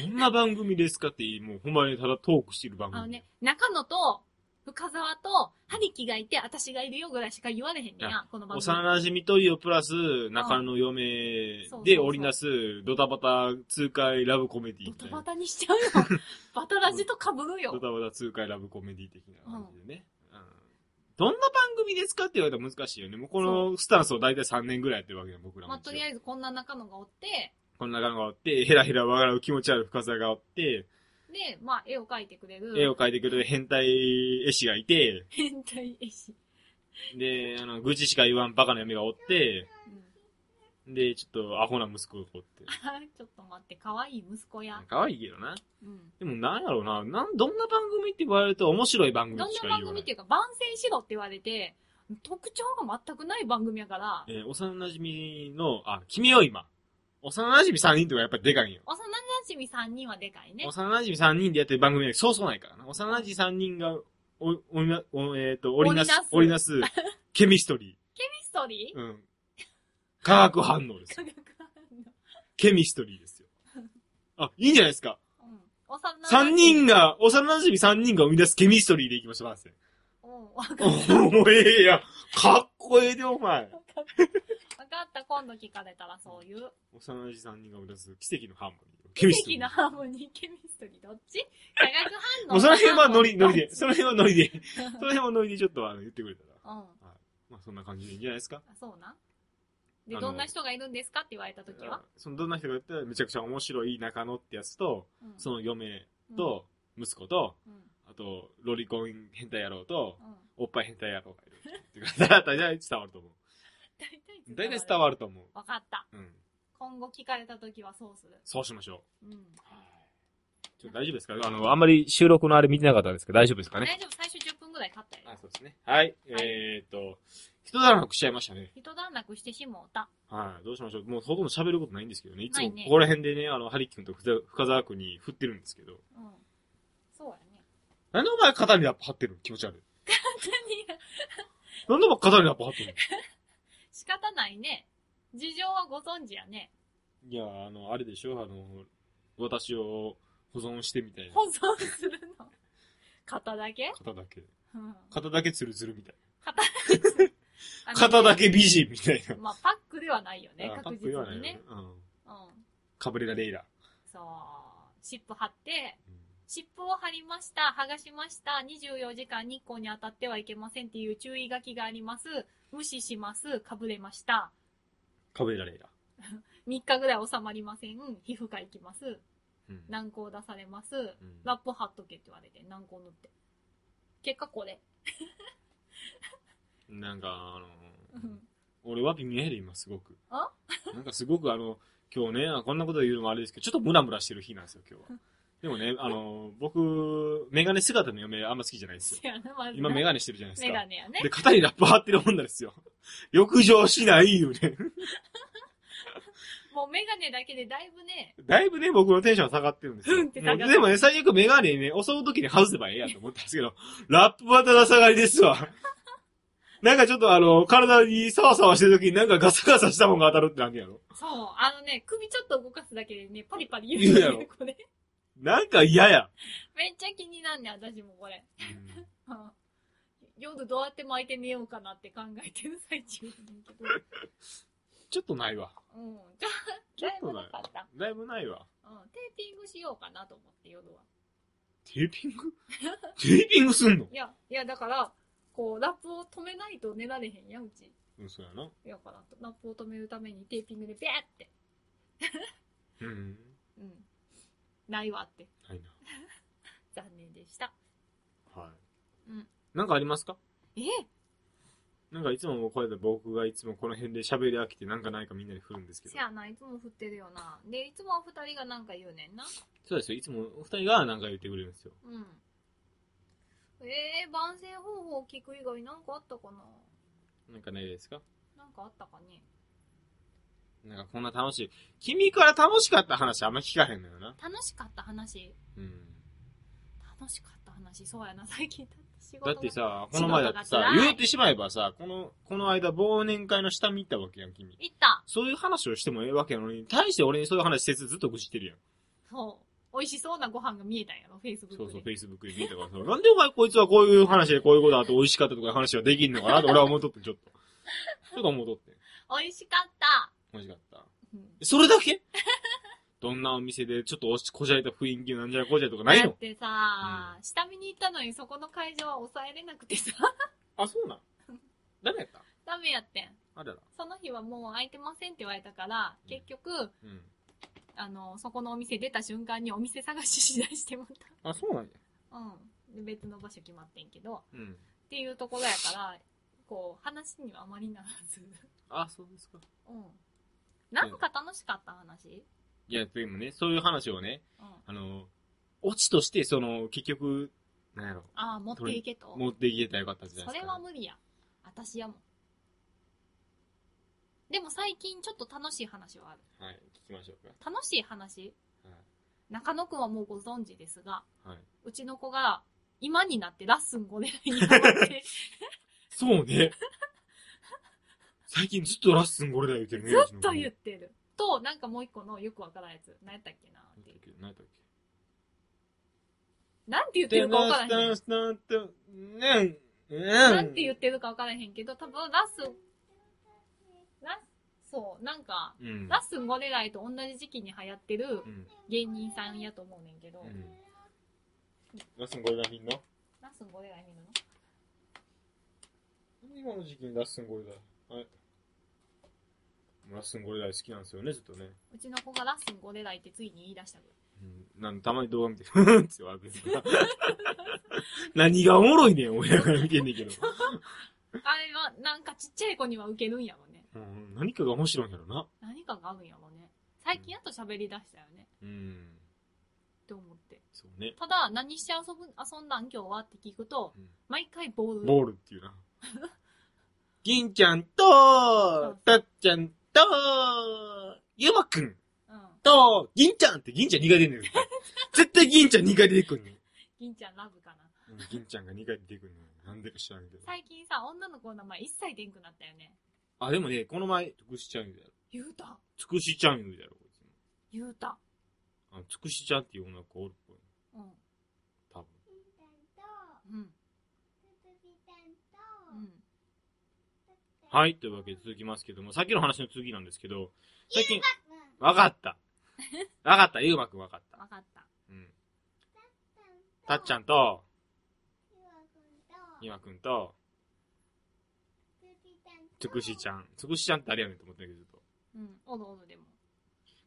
Speaker 1: どんな番組ですかって、もうほんまにただトークしてる番組。
Speaker 2: あのね、中野と深沢とハリキがいて、私がいるよぐらいしか言われへんねんや、この番組。
Speaker 1: 幼馴染トリオプラス、中野嫁
Speaker 2: そうそう
Speaker 1: で
Speaker 2: そう
Speaker 1: 織りなす、ドタバタ痛快ラブコメディ
Speaker 2: ド
Speaker 1: みた
Speaker 2: タ
Speaker 1: いな
Speaker 2: バ。タにしちゃうよ。
Speaker 1: <laughs>
Speaker 2: バタラジと被る
Speaker 1: ド
Speaker 2: よ。
Speaker 1: タバタ痛快ラブコメディ的な感じでね。うんどんな番組ですかって言われたら難しいよね。もうこのスタンスを大体3年ぐらいやってるわけだよ、僕らも
Speaker 2: まあ、
Speaker 1: 一応。
Speaker 2: とりあえずこんな中野がおって、
Speaker 1: こんな感がおって、ヘラヘラ笑う気持ち悪い深さがおって、
Speaker 2: で、まあ、絵を描いてくれる。
Speaker 1: 絵を描いてくれる変態絵師がいて、
Speaker 2: 変態絵師。
Speaker 1: で、あの、愚痴しか言わんバカな嫁がおって、
Speaker 2: うん。
Speaker 1: で、ちょっとアホな息子がおって。
Speaker 2: あちょっと待って、可愛い息子や。
Speaker 1: 可愛いけどな。
Speaker 2: うん。
Speaker 1: でもなんやろうな、なん、どんな番組って言われると面白い番
Speaker 2: ど
Speaker 1: 組
Speaker 2: んな
Speaker 1: しか
Speaker 2: 番
Speaker 1: 言わな
Speaker 2: 組って
Speaker 1: い。
Speaker 2: いうか、番宣しろって言われて、特徴が全くない番組やから、
Speaker 1: えー幼馴染の、あ、君よ今。幼馴染3人とかやっぱりでかいんよ。
Speaker 2: 幼馴染3人はでかいね。
Speaker 1: 幼馴染3人でやってる番組なんてそうそうないからな。幼馴染3人が、お、おりな、お、えっ、と、おりなす、おり
Speaker 2: 織り
Speaker 1: なす、ケミストリ
Speaker 2: ミストリ
Speaker 1: ー。
Speaker 2: ー
Speaker 1: うん。化学反応です
Speaker 2: 科
Speaker 1: よ。
Speaker 2: 学反
Speaker 1: ケミストリーですよ。あ、いいんじゃないですか。
Speaker 2: 応。 <laughs> うん。幼馴
Speaker 1: 3
Speaker 2: 染
Speaker 1: 人。が、幼馴染3人が生み出すケミストリーでいきましょう、バー
Speaker 2: <laughs>
Speaker 1: セン。
Speaker 2: うん。わかった。
Speaker 1: おお、ええやん。かっこええで、お前。
Speaker 2: わかった。今度聞かれたらそういう。
Speaker 1: 幼馴染3人が生み出す奇跡のハーモニー。ケミスト
Speaker 2: 奇
Speaker 1: リ
Speaker 2: 跡
Speaker 1: ー
Speaker 2: のハーモニー、ケミストリー、どっち化学反応。
Speaker 1: もうその辺はノ
Speaker 2: <laughs>
Speaker 1: リ、ノリで。
Speaker 2: どっち
Speaker 1: その辺はノリで。その辺はノリでちょっとあの言ってくれたら。
Speaker 2: うん。
Speaker 1: まあそんな感じでいいんじゃないですか。
Speaker 2: あそうなんで、
Speaker 1: あの
Speaker 2: どんな人がいるんですかって言われた時は、
Speaker 1: そのどんな人が言ったらめちゃくちゃ面白い中野ってやつと、
Speaker 2: うん
Speaker 1: その嫁、と、息子と、
Speaker 2: うんうん
Speaker 1: あと、ロリコン変態野郎と、
Speaker 2: うん、
Speaker 1: おっぱい変態野郎がいる。っていうか、大体伝わると思う。
Speaker 2: 大体
Speaker 1: 大体伝わ
Speaker 2: る。
Speaker 1: ると思う。
Speaker 2: わかった。
Speaker 1: うん。
Speaker 2: 今後聞かれた時はそうする。
Speaker 1: そうしましょ
Speaker 2: うん。
Speaker 1: う。ちょっと大丈夫ですかあの、あんまり収録のあれ見てなかったんですけど、大丈夫ですかね
Speaker 2: 大丈夫、最初10分ぐらい経ったよ。
Speaker 1: あ、そうですね。はい。えーっと、人だらなくしちゃいましたね。
Speaker 2: 一段落してしもうた。
Speaker 1: はい。どうしましょう。もうほとんど喋ることないんですけどね。いつ
Speaker 2: な
Speaker 1: も
Speaker 2: い
Speaker 1: こ
Speaker 2: ね
Speaker 1: こら辺でね、あの、ハリキ君とふざ深沢君に振ってるんですけど。
Speaker 2: うん。そうやね。
Speaker 1: なんでお前肩にラップ貼ってるの気持ち悪い。
Speaker 2: 何が
Speaker 1: なんでお前肩にラップ貼ってる
Speaker 2: <laughs> 仕方ないね。事情はご存知やね。
Speaker 1: の <laughs> いや、あの、あれでしょあの、私を保存してみたいな
Speaker 2: 保存するの。 <laughs> 肩だけ
Speaker 1: 肩だけ。
Speaker 2: うん。
Speaker 1: 肩だけツルツルみたい
Speaker 2: 肩だ
Speaker 1: な。
Speaker 2: け。
Speaker 1: <laughs> 肩だけ美人みたいな。
Speaker 2: まあ、パックではないよね
Speaker 1: あ。パ
Speaker 2: 確
Speaker 1: ッ
Speaker 2: 実
Speaker 1: ク言わない
Speaker 2: に
Speaker 1: よ
Speaker 2: ね
Speaker 1: ね。。うん。
Speaker 2: うん。
Speaker 1: カブレラ・レイラ。
Speaker 2: そう。シップ貼って、
Speaker 1: うん
Speaker 2: 湿布を貼りました、剥がしました、24時間日光に当たってはいけませんっていう注意書きがあります、無視します、かぶれました、
Speaker 1: カブレラ・レイラ。
Speaker 2: 3日ぐらい収まりません、皮膚科行きます、
Speaker 1: うん
Speaker 2: 軟膏出されます、
Speaker 1: うん
Speaker 2: ラップ貼っとけって言われて、軟膏塗って。結果これ。
Speaker 1: なんか、あ
Speaker 2: う
Speaker 1: の、
Speaker 2: <laughs> ん
Speaker 1: 俺は微妙やで、今すごく。
Speaker 2: あ <laughs>
Speaker 1: なんかすごくあの、今日ね、あこんなこと言うのもあれですけど、ちょっとムラムラしてる日なんですよ、今
Speaker 2: <laughs>
Speaker 1: 日は。でもね、あの、僕、メガネ姿の嫁あんま好きじゃないんですよ。
Speaker 2: せやな、まず
Speaker 1: 今
Speaker 2: な
Speaker 1: メガネしてるじゃないです
Speaker 2: メガ
Speaker 1: か。
Speaker 2: ネやね
Speaker 1: で、。肩にラップ貼ってる女ですよ。浴場しないよね。
Speaker 2: もうメガネだけでだいぶね、
Speaker 1: だいぶね、僕のテンション下がってるんですよ。
Speaker 2: うんって下がってる
Speaker 1: もうでもね、最悪メガネね、襲う時に外せばええやと思ったんですけど、ラップはただ下がりです
Speaker 2: <laughs>
Speaker 1: わ。なんかちょっとあの、体にサワサワしてる時になんかガサガサしたもんが当たるってなんやろ。
Speaker 2: そう、あのね、首ちょっと動かすだけでね、パリパリ
Speaker 1: 言うやろ
Speaker 2: 言うね、 <laughs> これ。
Speaker 1: なんか嫌や。
Speaker 2: めっちゃ気になんねん、私もこれ。うん <laughs> 夜どうやって巻いて寝ようかなって考えてる最中やねんけど。
Speaker 1: ちょっとないわ。
Speaker 2: <laughs> うん。だ
Speaker 1: ちょ
Speaker 2: だい
Speaker 1: っ
Speaker 2: ぶ
Speaker 1: と
Speaker 2: な
Speaker 1: な
Speaker 2: かった。
Speaker 1: い。だいぶないわ。
Speaker 2: うん。テーピングしようかなと思って夜は。
Speaker 1: テーピング
Speaker 2: <laughs>
Speaker 1: テーピングすんの
Speaker 2: いや、いやだから、こう、ラップを止めないと寝られへんやん、うち。
Speaker 1: うん、そうやな。
Speaker 2: やから、ラップを止めるためにテーピングでビャーって。
Speaker 1: うん。
Speaker 2: うん。ないわって。
Speaker 1: ない
Speaker 2: 残念でした。
Speaker 1: な。はい。
Speaker 2: うん。
Speaker 1: なんかありますか
Speaker 2: え
Speaker 1: なんかいつもこうやって僕がいつもこの辺で喋り飽きてなんかないかみんなに振るんですけど
Speaker 2: せ。やな、いつも振ってるよな。で、いつもは二人がなんか言うねんな。
Speaker 1: そうですよ。いつもお二人がなんか言ってくれるんですよ。
Speaker 2: うん。えー、番宣方法を聞く以外なんかあったかな
Speaker 1: なんかないですか
Speaker 2: なんかあったかね
Speaker 1: なんかこんな楽しい。君から楽しかった話あんま聞かへんのよな。
Speaker 2: 楽しかった話
Speaker 1: うん。
Speaker 2: 楽しかった話そうやな最近だって仕事
Speaker 1: だ
Speaker 2: が
Speaker 1: ってさ、この前だって
Speaker 2: 仕事が
Speaker 1: さ、
Speaker 2: 辛い
Speaker 1: 言うてしまえばさ、この、この間忘年会の下見行ったわけやん、君。
Speaker 2: 行った
Speaker 1: そういう話をしてもええわけやのに、対して俺にそういう話せずずっと愚痴ってるやん。
Speaker 2: そう美味しそうなご飯が見えたんやろフェイスブッ
Speaker 1: そう
Speaker 2: ク
Speaker 1: そ
Speaker 2: で
Speaker 1: う、Facebook で見たからさ。なんでお前こいつはこういう話でこういうことあと美味しかったとかいう話はできんのかなと俺は思っとって、ちょっと。ちょっと思っとって。
Speaker 2: 美味しかった、
Speaker 1: 美味しかった。
Speaker 2: うん、
Speaker 1: それだけどんなお店でちょっとおしこじゃれた雰囲気なんじゃらこじゃれとかない
Speaker 2: だっ
Speaker 1: の
Speaker 2: てさ、下見に行ったのにそこの会場は抑えれなくてさ <laughs>
Speaker 1: あ、そうなん。ダメやった
Speaker 2: ダメやってん
Speaker 1: あらら。
Speaker 2: その日はもう空いてませんって言われたから
Speaker 1: うん
Speaker 2: 結局
Speaker 1: うん。
Speaker 2: あのそこのお店出た瞬間にお店探ししだしてもらっ
Speaker 1: あ、そうなんや。
Speaker 2: たうんで別の場所決まってんけど
Speaker 1: うん。
Speaker 2: っていうところやからこう話にはあまりならず
Speaker 1: あ、そうですか。
Speaker 2: うん。なんか楽しかった話
Speaker 1: いや、でもね、そういう話をね、
Speaker 2: うん。
Speaker 1: あの、オチとして、その、結局、なんやろ、
Speaker 2: ああ、持っていけと。
Speaker 1: 持っていけたらよかったんじゃな
Speaker 2: そ
Speaker 1: いです
Speaker 2: れ
Speaker 1: か、
Speaker 2: は無理や。私やもん。でも最近ちょっと楽しい話はある。
Speaker 1: はい、聞きましょうか。
Speaker 2: 楽しい話
Speaker 1: はい
Speaker 2: 中野くんはもうご存知ですが、
Speaker 1: はい。
Speaker 2: うちの子が今になってラッスン5年にハマって、
Speaker 1: そう
Speaker 2: <laughs>
Speaker 1: ね。最近ずっとラッスンこれだ言ってるね。
Speaker 2: ずっと言
Speaker 1: う
Speaker 2: っ。てる。と、なんかもう一個のよくわからんやつ。何やったっけなっていう。
Speaker 1: 何やったっけ
Speaker 2: なんて言ってるかわからへん。
Speaker 1: ね
Speaker 2: なんて言ってるかわからへんけど、多分ラッスン、ラッそう、なんか、
Speaker 1: うん。
Speaker 2: ラッスンゴレライと同じ時期に流行ってる
Speaker 1: うん。
Speaker 2: 芸人さんやと思うねんけど、
Speaker 1: うん。ラッスンこれだみんな。
Speaker 2: ラッスンゴレライ見るの
Speaker 1: 今の時期にラッスンこれだ。はい。ラッスンこれだ好きなんですよね、ちょっとね。
Speaker 2: うちの子がラッスンゴレライってついに言い出したぐらい
Speaker 1: うん、なんたまに動画見て、ふーんって言われてるから。 <laughs> 何 <laughs> がおもろいねん、親から見てんねんけど。
Speaker 2: あれはなんかちっちゃい子にはウケるんやろね。
Speaker 1: うん、何かが面白いんやろな。
Speaker 2: 何かがあるんやろね。最近やっと喋り出したよね。
Speaker 1: うん。
Speaker 2: って思って。
Speaker 1: そうね。
Speaker 2: ただ、何して遊ぶ、遊んだん今日はって聞くと、
Speaker 1: うん
Speaker 2: 毎回ボール。
Speaker 1: ボールっていうな。銀ちゃんと、たっちゃんと、ゆまくん
Speaker 2: うん。
Speaker 1: と、銀ちゃんって銀ちゃん2回出てくる。絶対銀ちゃん2回出てくるね。
Speaker 2: 銀ちゃんラブかな。
Speaker 1: うん銀ちゃんが2回出てくるね。なんでか知らんけど。
Speaker 2: 最近さ、女の子の名前一切でんくなったよね。
Speaker 1: あ、でもね、この前、つくしちゃん言うだろ。
Speaker 2: ゆうた。
Speaker 1: つくしちゃん言うだろ、こいつ
Speaker 2: ゆうた。
Speaker 1: あのつくしちゃんっていう女の子おるっぽい。
Speaker 2: うん。
Speaker 1: 多分。
Speaker 2: うん。うん。
Speaker 1: はいい、というわけで続きますけども、さっきの話の次なんですけど、最近、わか <laughs> った。わかった、ゆうまくんわかった。
Speaker 2: わかった。
Speaker 1: うん。たっちゃんと、ゆまくんと、つくしちゃん。つくしちゃんってあれやねんと思ったけど、ずっと。
Speaker 2: うん。おのおのでも。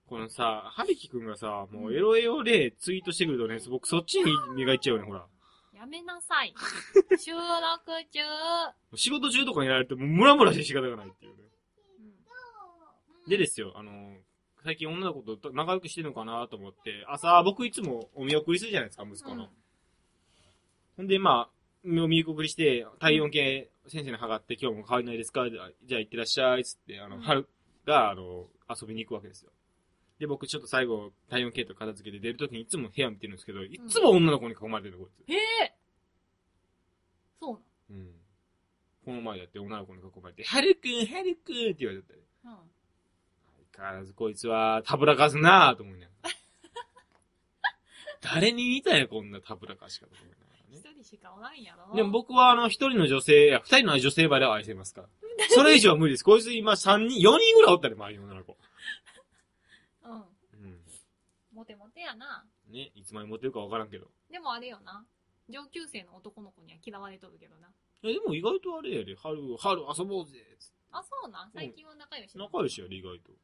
Speaker 1: このさ、はるきくんがさ、もうエロエロでツイートしてくるとね、僕そっちに磨いちゃうよね、ほら。
Speaker 2: やめなさ <laughs> い。収録中。
Speaker 1: 仕事中とかにやられてもうムラムラして仕方がないっていうね。
Speaker 2: うん。
Speaker 1: でですよ、あのー、最近女の子と仲良くしてるのかなと思って、朝、僕いつもお見送りするじゃないですか、息子の。ほんで、まあ、お見送りして、体温計先生に測って、今日も変わりないですかじゃあ、じゃあ行ってらっしゃい、っつって、あの、
Speaker 2: うん
Speaker 1: 春が、あの、遊びに行くわけですよ。で、僕ちょっと最後、体温計とか片付けて出るときにいつも部屋見てるんですけど、いつも女の子に囲まれてるの、こいつ。
Speaker 2: へえそう
Speaker 1: うん。この前だって女の子に囲まれて、はるくん、はるくんって言われてたね。
Speaker 2: なの。うん。
Speaker 1: 相変わらずこいつは、たぶらかすなぁと思いなが
Speaker 2: <laughs>
Speaker 1: ら。誰に似たんや、こんなたぶらかし方と思いながらね
Speaker 2: 一。人しかおらんやろ。
Speaker 1: でも僕はあの、一人の女性、いや、二人の女性バレは愛して
Speaker 2: <laughs>
Speaker 1: ますから。それ以上は無理です。こいつ今三人、四人ぐらいおったね、周りの女の子。
Speaker 2: うん。
Speaker 1: うん。
Speaker 2: モテモテやな。
Speaker 1: ね、いつまでモテるかわからんけど。
Speaker 2: でもあれよな。上級生の男の子には嫌われとるけどな。
Speaker 1: いや、でも意外とあれやで、春、春遊ぼうぜ、つって
Speaker 2: あ、そうなん最近は仲良しなの
Speaker 1: 仲良しやで、意外と。
Speaker 2: う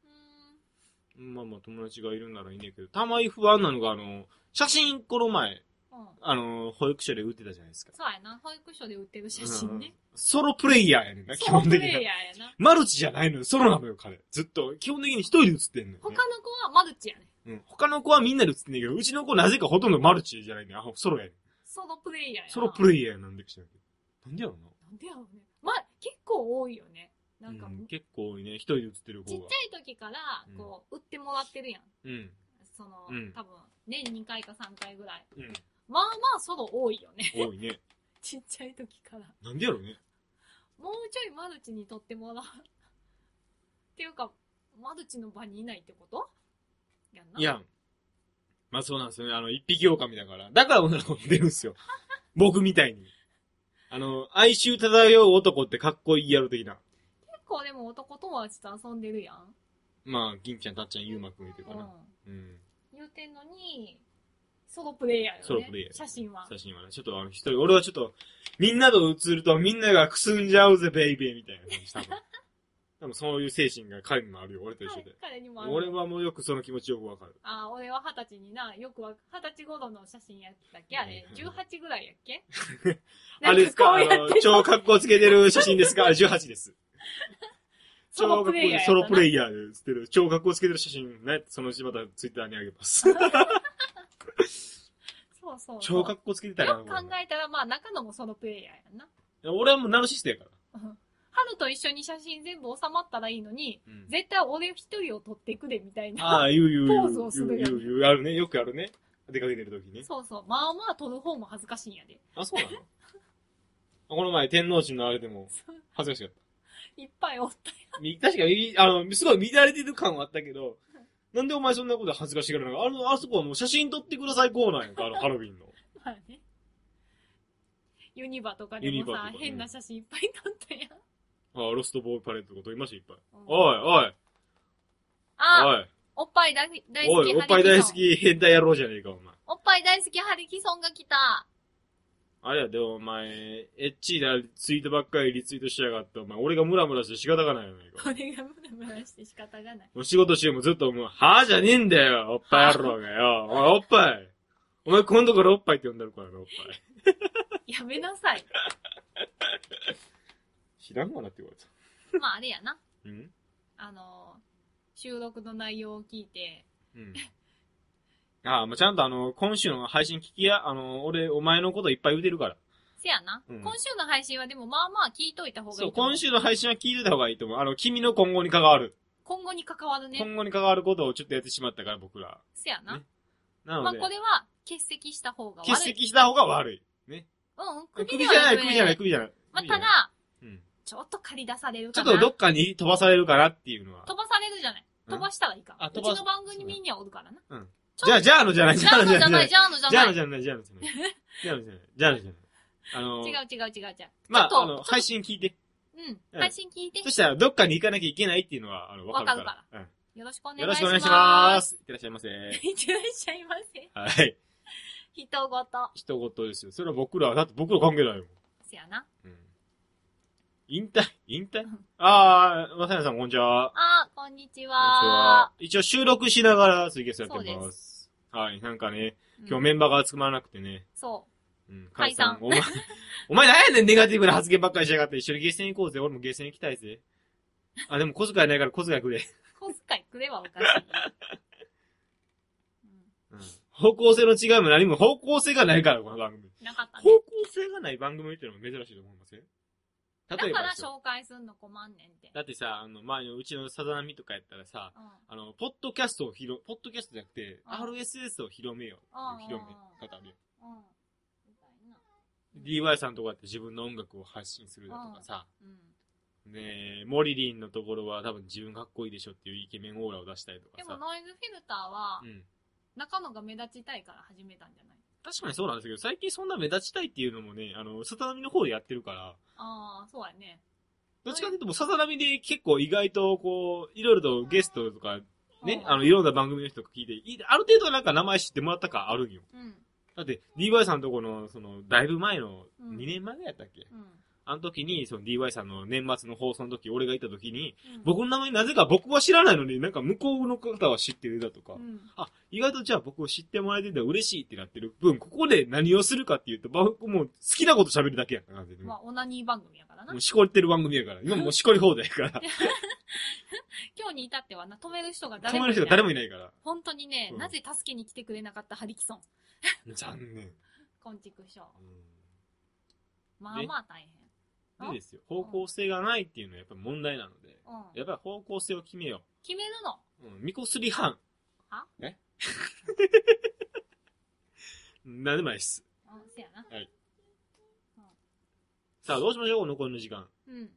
Speaker 2: ーん。
Speaker 1: うんまあまあ友達がいるんならいいねんけど、たまに不安なのが、あの、写真この前、
Speaker 2: うん。
Speaker 1: あの、保育所で売ってたじゃないですか。
Speaker 2: そうやな。保育所で売ってる写真ね。
Speaker 1: ソロプレイヤーやねんな、基
Speaker 2: そう
Speaker 1: 本
Speaker 2: プ
Speaker 1: 的
Speaker 2: レイ
Speaker 1: に。
Speaker 2: ヤーやな。
Speaker 1: マルチじゃないのよ、ソロなのよ、彼。ずっと。基本的に一人で写ってんのよ、
Speaker 2: 他
Speaker 1: ね
Speaker 2: の。子はマルチやね。
Speaker 1: うん他の子はみんなで写ってんねんけど、うちの子なぜかほとんどマルチじゃないねん。あ、ソロやねん。
Speaker 2: ソロプレイヤーやな。
Speaker 1: ソロプレイヤーなんでか知らんけど。なんでやろう
Speaker 2: なんでやろうね。ま、結構多いよね。な
Speaker 1: なん
Speaker 2: か、
Speaker 1: うん結構多いね、一人で写ってる
Speaker 2: ち
Speaker 1: 子
Speaker 2: っ
Speaker 1: が。
Speaker 2: ちゃい時から、こう、売ってもらってるやん。
Speaker 1: うん。
Speaker 2: その、
Speaker 1: うん
Speaker 2: 多分、年2回か3回ぐらい。
Speaker 1: うん。
Speaker 2: まあまあ、ソロ多いよ
Speaker 1: <laughs>
Speaker 2: ね。
Speaker 1: 多いね。
Speaker 2: ちっちゃい時から。
Speaker 1: なんでやろうね。
Speaker 2: もうちょいマルチにとってもらう。っていうか、マルチの場にいないってことやんな。
Speaker 1: い。や、まあそうなんですよね。あの、一匹狼だから。だから女の子も出るん
Speaker 2: <laughs>
Speaker 1: ですよ。僕みたいに。あの、哀愁漂う男ってかっこいいやろ的な。
Speaker 2: 結構でも男友達と遊んでるやん。
Speaker 1: まあ、銀ちゃん、たっちゃん、ゆうまくんいてる
Speaker 2: う
Speaker 1: か
Speaker 2: ん
Speaker 1: な。。うん。
Speaker 2: 言うてんのに、ソロプレイヤーよね。
Speaker 1: ソロプレイヤー
Speaker 2: 写真は。
Speaker 1: 写真はね、ちょっとあの、一人、俺はちょっと、みんなと映るとみんながくすんじゃうぜ、ベイベーみたいな感じ、
Speaker 2: <laughs>
Speaker 1: 多分。でもそういう精神が彼にもあるよ、俺と一緒で
Speaker 2: はい。彼にもある。
Speaker 1: 俺はもうよくその気持ちよくわかる。
Speaker 2: あー俺は二十歳にな、よくわ、二十歳頃の写真やったっけあれ、18ぐらいやっけ
Speaker 1: <laughs> あれですかあ
Speaker 2: なんこうやっ
Speaker 1: の
Speaker 2: て、
Speaker 1: 超格好つけてる写真です
Speaker 2: <laughs>
Speaker 1: かあれ18です。
Speaker 2: ソロプレイヤーやった
Speaker 1: ソ
Speaker 2: な
Speaker 1: ロプレイヤーで捨てる。超格好つけてる写真、ね、そのうちまたツイッターにあげ
Speaker 2: <laughs>
Speaker 1: ます。
Speaker 2: そうそうそう。
Speaker 1: 超格好つけてたら
Speaker 2: よく考えたら、まあ、中野もソロプレイヤーやんな。
Speaker 1: 俺はもうナルシストやから。
Speaker 2: 春と一緒に写真全部収まったらいいのに、
Speaker 1: うん
Speaker 2: 絶対俺一人を撮ってくで、みたい
Speaker 1: あ
Speaker 2: な。
Speaker 1: あ、言う言う言う。
Speaker 2: ポーズをするやん
Speaker 1: 言う言う言うあるね、よくあるね。出かけてる時にね。
Speaker 2: そうそう。まあまあ撮る方も恥ずかしいんやで。 <laughs>
Speaker 1: あ、そうなの <laughs> この前、天皇寺のあれでも、恥ずかしかっ
Speaker 2: いっぱいおった。
Speaker 1: た。み確かに、あの、すごい乱れてる感はあったけど、なんでお前そんなこと恥ずかしがるのかあの、あそこはもう写真撮ってくださいコーナーやんか、あの、ハロウィンの。 <laughs>
Speaker 2: まあね。ユニバとかで
Speaker 1: ユニ
Speaker 2: も
Speaker 1: バとか、
Speaker 2: さ
Speaker 1: ね
Speaker 2: 変な写真いっぱい撮ったやん。
Speaker 1: ああ、ロストボーイパレードとか撮りました、いっぱい。
Speaker 2: うん
Speaker 1: おい、おい、
Speaker 2: あ、おっぱい大大好
Speaker 1: おい、
Speaker 2: き。
Speaker 1: おい、おっぱい大好
Speaker 2: ハリキソン。
Speaker 1: き変態野郎じゃねえか、お前。
Speaker 2: おっぱい大好き、ハリキソンが来た。
Speaker 1: あれやで、お前、エッチなツイートばっかりリツイートしやがって、お前、俺がムラムラして仕方がないやないか。
Speaker 2: 俺がムラムラして仕方がない。
Speaker 1: お仕事中もずっともう、はぁじゃねえんだよ、おっぱい野郎がよ。 <laughs> おい、おっぱい。お前、今度からおっぱいって呼んだるからな、おっぱい。
Speaker 2: やめなさい。
Speaker 1: 知らんわなって言われた。
Speaker 2: まあ、あれやな。
Speaker 1: ううん
Speaker 2: あの、収録の内容を聞いて、
Speaker 1: うん。ああ、もうちゃんとあの、今週の配信聞きや、あの、俺、お前のこといっぱい言うてるから。
Speaker 2: せやな、
Speaker 1: うん
Speaker 2: 今週の配信はでもまあまあ聞いといた方がいい
Speaker 1: そう、
Speaker 2: と思
Speaker 1: 今週の配信は聞いてた方がいいと思う。あの、君の今後に関わる。
Speaker 2: 今後に関わるね。
Speaker 1: 今後に関わることをちょっとやってしまったから、僕ら。
Speaker 2: せやな。
Speaker 1: ねな
Speaker 2: ま
Speaker 1: の
Speaker 2: あ
Speaker 1: で、
Speaker 2: これは欠席した方が悪い。
Speaker 1: 欠席した方が悪い。ね。
Speaker 2: うん、
Speaker 1: 首
Speaker 2: で
Speaker 1: じ
Speaker 2: は
Speaker 1: ゃない、
Speaker 2: ね
Speaker 1: 首じゃない、首じゃない。
Speaker 2: まあ、
Speaker 1: 首じゃ
Speaker 2: た
Speaker 1: ない、
Speaker 2: だ、
Speaker 1: うん
Speaker 2: ちょっと借り出される
Speaker 1: ちょ
Speaker 2: か
Speaker 1: っ
Speaker 2: な。
Speaker 1: とどっかに飛ばされるかなっていうのは。
Speaker 2: 飛ばされるじゃない。
Speaker 1: うん
Speaker 2: 飛ばしたらいいから。
Speaker 1: あ
Speaker 2: うち
Speaker 1: 飛ばす
Speaker 2: の番組にはおるからな。
Speaker 1: うん
Speaker 2: ちょっと
Speaker 1: じゃあ、じゃあのじゃない、
Speaker 2: ジ
Speaker 1: じ
Speaker 2: ャ
Speaker 1: ゃあ
Speaker 2: ー
Speaker 1: の
Speaker 2: ノ
Speaker 1: じ
Speaker 2: じゃ
Speaker 1: ゃ
Speaker 2: な、
Speaker 1: ないい
Speaker 2: ジ。ャ <laughs> ーノじゃ
Speaker 1: じゃあ
Speaker 2: な
Speaker 1: の
Speaker 2: い。
Speaker 1: じゃない、じゃあのじゃない。じゃあのじゃない、じゃあのじゃない。あの
Speaker 2: 違
Speaker 1: ー、
Speaker 2: う違う違う違う。
Speaker 1: ま
Speaker 2: ちょっ
Speaker 1: あ、あ
Speaker 2: と
Speaker 1: の、配信聞いて。う
Speaker 2: う。
Speaker 1: んん
Speaker 2: 配信聞いて。
Speaker 1: そしたら、どっかに行かなきゃいけないっていうのは、あの、わかる
Speaker 2: わか
Speaker 1: から。うん
Speaker 2: よろしくお願いします。
Speaker 1: よろしくお願いし
Speaker 2: <laughs>
Speaker 1: ます。いってらっしゃいませ。
Speaker 2: いってらっしゃいませ。
Speaker 1: はい。
Speaker 2: 人ごと。
Speaker 1: 人言ですよ。それは僕ら、だって僕ら関係ないもん。
Speaker 2: せやな。
Speaker 1: うん。引退引退
Speaker 2: ん
Speaker 1: あー、まさやさん、こんにちは。
Speaker 2: あー、こんに
Speaker 1: こんに
Speaker 2: ち
Speaker 1: ちは
Speaker 2: は。。
Speaker 1: 一応収録しながら水月やって
Speaker 2: そう
Speaker 1: ま。
Speaker 2: です
Speaker 1: はい、なんかね、今日
Speaker 2: うん
Speaker 1: メンバーが集まらなくてね。
Speaker 2: そ
Speaker 1: うん、
Speaker 2: 解散
Speaker 1: 解お前、 <laughs> お前何やねん、ネガティブな発言ばっかりしやがって。一緒にゲーセン行こうぜ。俺もゲーセン行きたいぜ。あ、でも小遣いないから小遣いくれ。
Speaker 2: う。小遣いくれは
Speaker 1: <laughs>
Speaker 2: おかしい。う
Speaker 1: うん。方向性の違いも何も方向性がないから、この番組。
Speaker 2: んなかったね
Speaker 1: 方。向性がない番組っていうのも珍しいと思いません
Speaker 2: だ
Speaker 1: 例え
Speaker 2: か
Speaker 1: ば
Speaker 2: ら
Speaker 1: ですよ
Speaker 2: 紹介すんの困んねんって。
Speaker 1: だってさ、あの、前のうちのさざ波とかやったらさ、
Speaker 2: うん。
Speaker 1: あの、ポッドキャストを広、ポッドキャストじゃなくて、
Speaker 2: あ
Speaker 1: RSS を広めよ
Speaker 2: あ
Speaker 1: う。広め方で。
Speaker 2: うん。みたいな。
Speaker 1: DY さんとかって自分の音楽を発信するだとかさ、
Speaker 2: うん。
Speaker 1: ねえ、モリリンのところは多分自分かっこいいでしょっていうイケメンオーラを出したりとか
Speaker 2: でも
Speaker 1: さ。
Speaker 2: ノイズフィルターは
Speaker 1: う、ん。
Speaker 2: 中野が目立ちたいから始めたんじゃない
Speaker 1: 確かにそうなんですけど、最近そんな目立ちたいっていうのもね、あの、さざ波の方でやってるから、
Speaker 2: ああ、そうやね。
Speaker 1: どっちかというともうさざ波で結構意外とこう、いろいろとゲストとかね、
Speaker 2: うん
Speaker 1: あの、いろんな番組の人とか聞いて、いある程度なんか名前知ってもらった感あるんよ。
Speaker 2: うん。
Speaker 1: だって、DY さんとこの、その、だいぶ前の、
Speaker 2: うん
Speaker 1: 2年前ぐらいやったっけ、
Speaker 2: うん。
Speaker 1: あの時に、その DY さんの年末の放送の時、俺がいた時に、
Speaker 2: うん、
Speaker 1: 僕の名前なぜか僕は知らないのに、なんか向こうの方は知ってるだとか、
Speaker 2: うん。
Speaker 1: あ、意外とじゃあ僕を知ってもらえてて嬉しいってなってる分、ここで何をするかっていうと、僕もう好きなこと喋るだけやから、完全に
Speaker 2: まあ、オナニー番組やからな
Speaker 1: もう。しこってる番組や
Speaker 2: <laughs>
Speaker 1: から、今もうしこり放題やから、
Speaker 2: 今日に至ってはな、止める人が誰
Speaker 1: 止ま
Speaker 2: もいな
Speaker 1: る
Speaker 2: い。
Speaker 1: 人が誰もいないから。
Speaker 2: 本当にね、
Speaker 1: うん
Speaker 2: なぜ助けに来てくれなかったハリキソン。
Speaker 1: 残念。
Speaker 2: こんちくしょう。
Speaker 1: う
Speaker 2: まあまあ大変。
Speaker 1: んでですよ、方向性がないっていうのはやっぱり問題なので、
Speaker 2: うん。
Speaker 1: やっぱり方向性を決めよ
Speaker 2: 決めるの。
Speaker 1: う。うん、みこすり班。
Speaker 2: は
Speaker 1: え <laughs> なんでもないっす。
Speaker 2: うん、せやな。
Speaker 1: さあ、どうしましょう残りの時間。
Speaker 2: うん。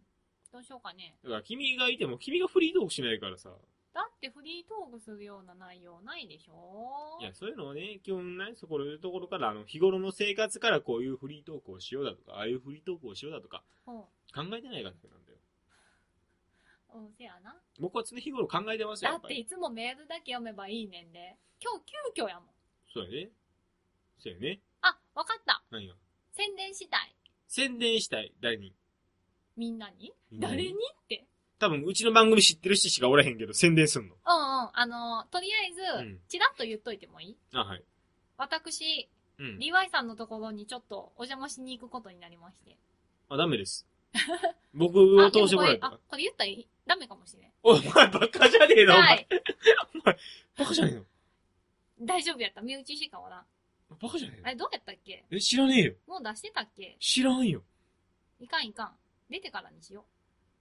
Speaker 2: どうしようかね。
Speaker 1: だから、君がいても、君がフリートークしないからさ。
Speaker 2: だってフリートークするような内容ないでしょ
Speaker 1: いや、そういうのをね、基本ね、そこのところから、あの、日頃の生活からこういうフリートークをしようだとか、ああいうフリートークをしようだとか、
Speaker 2: うん。
Speaker 1: 考えてないからなんだよ。
Speaker 2: うん、せやな。
Speaker 1: 僕は常日頃考えてますよ、
Speaker 2: だ
Speaker 1: やっ
Speaker 2: っ
Speaker 1: ぱ
Speaker 2: て
Speaker 1: り。
Speaker 2: いつもメールだけ読めばいいねんで。今日急遽やもん。
Speaker 1: そうやね。そうやね。
Speaker 2: あ、わかった。
Speaker 1: 何が
Speaker 2: 宣伝したい。
Speaker 1: 宣伝したい、誰に。
Speaker 2: みんなに誰にって。
Speaker 1: 多分、うちの番組知ってる人しかおらへんけど、宣伝すんの。
Speaker 2: うんうん。あの、とりあえ
Speaker 1: う
Speaker 2: ず
Speaker 1: ん、
Speaker 2: ちらっと言っといてもいい
Speaker 1: あ、はい。
Speaker 2: 私、
Speaker 1: うん。
Speaker 2: リワイさんのところにちょっとお邪魔しに行くことになりまして。
Speaker 1: あ、ダメ
Speaker 2: <laughs>
Speaker 1: です。僕を
Speaker 2: あで
Speaker 1: 通
Speaker 2: も
Speaker 1: しても
Speaker 2: こ
Speaker 1: ら
Speaker 2: れ
Speaker 1: え、た
Speaker 2: あ
Speaker 1: ら。、
Speaker 2: これ言ったらいいダメかもしれん。
Speaker 1: お前、バカじゃねえの、お
Speaker 2: は
Speaker 1: 前。
Speaker 2: い。
Speaker 1: バカじゃねえの
Speaker 2: 大丈夫やった。身内しかおらん。
Speaker 1: バカじゃね
Speaker 2: あ
Speaker 1: えの
Speaker 2: れ、どうやったっけ
Speaker 1: え、知らねえよ。
Speaker 2: もう出してたっけ
Speaker 1: 知らんよ。
Speaker 2: いかんいかん。出てからにしよう。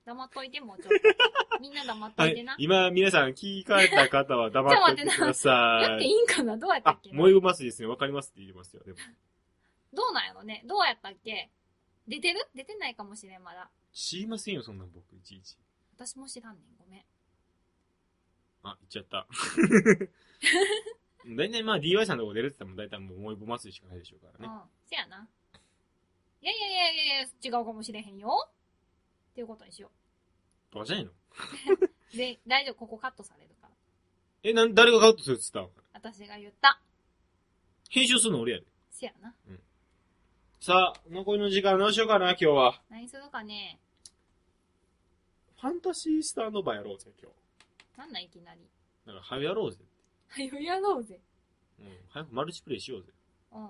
Speaker 2: 黙っといてもうちょっ
Speaker 1: <laughs>
Speaker 2: と。みんな黙っと
Speaker 1: はい
Speaker 2: て
Speaker 1: い
Speaker 2: な。。
Speaker 1: 今、皆さん聞かれた方は黙っておいてくだ
Speaker 2: やっ
Speaker 1: さ
Speaker 2: てい <laughs>
Speaker 1: い。
Speaker 2: いんかなどうやったっ
Speaker 1: あ
Speaker 2: け、
Speaker 1: 燃えますですね。わかりますって言ってますよ。でも、
Speaker 2: どうなんやろねどうやったっけ出てる出てないかもしれん、まだ。
Speaker 1: 知りませんよ、そんなん僕、いちいち。
Speaker 2: 私も知らんねん。ごめん。
Speaker 1: あ、言っちゃ <laughs> った。大体まあ DY さんのとこ出るって言ったらもう大体もう燃えますしかないでしょうから
Speaker 2: う
Speaker 1: ね。
Speaker 2: ん。せやな。いやいやいやいやいや、違うかもしれへんよ。っていうことにしよ
Speaker 1: バカじゃねえの
Speaker 2: う。で、大丈夫、ここカットされるから。
Speaker 1: え、なん、誰がカットするって言ったの
Speaker 2: 私が言った。
Speaker 1: 編集するの俺やで。
Speaker 2: せやな。
Speaker 1: さあ、残りの時間どうしようかな、今日は。
Speaker 2: 何するかね。
Speaker 1: ファンタシースタンドバーやろうぜ、今
Speaker 2: なんなんいきなり。
Speaker 1: 日。なんか、早やろうぜ。
Speaker 2: はよやろうぜ。
Speaker 1: うん。早くマルチプレイしようぜ。
Speaker 2: うん。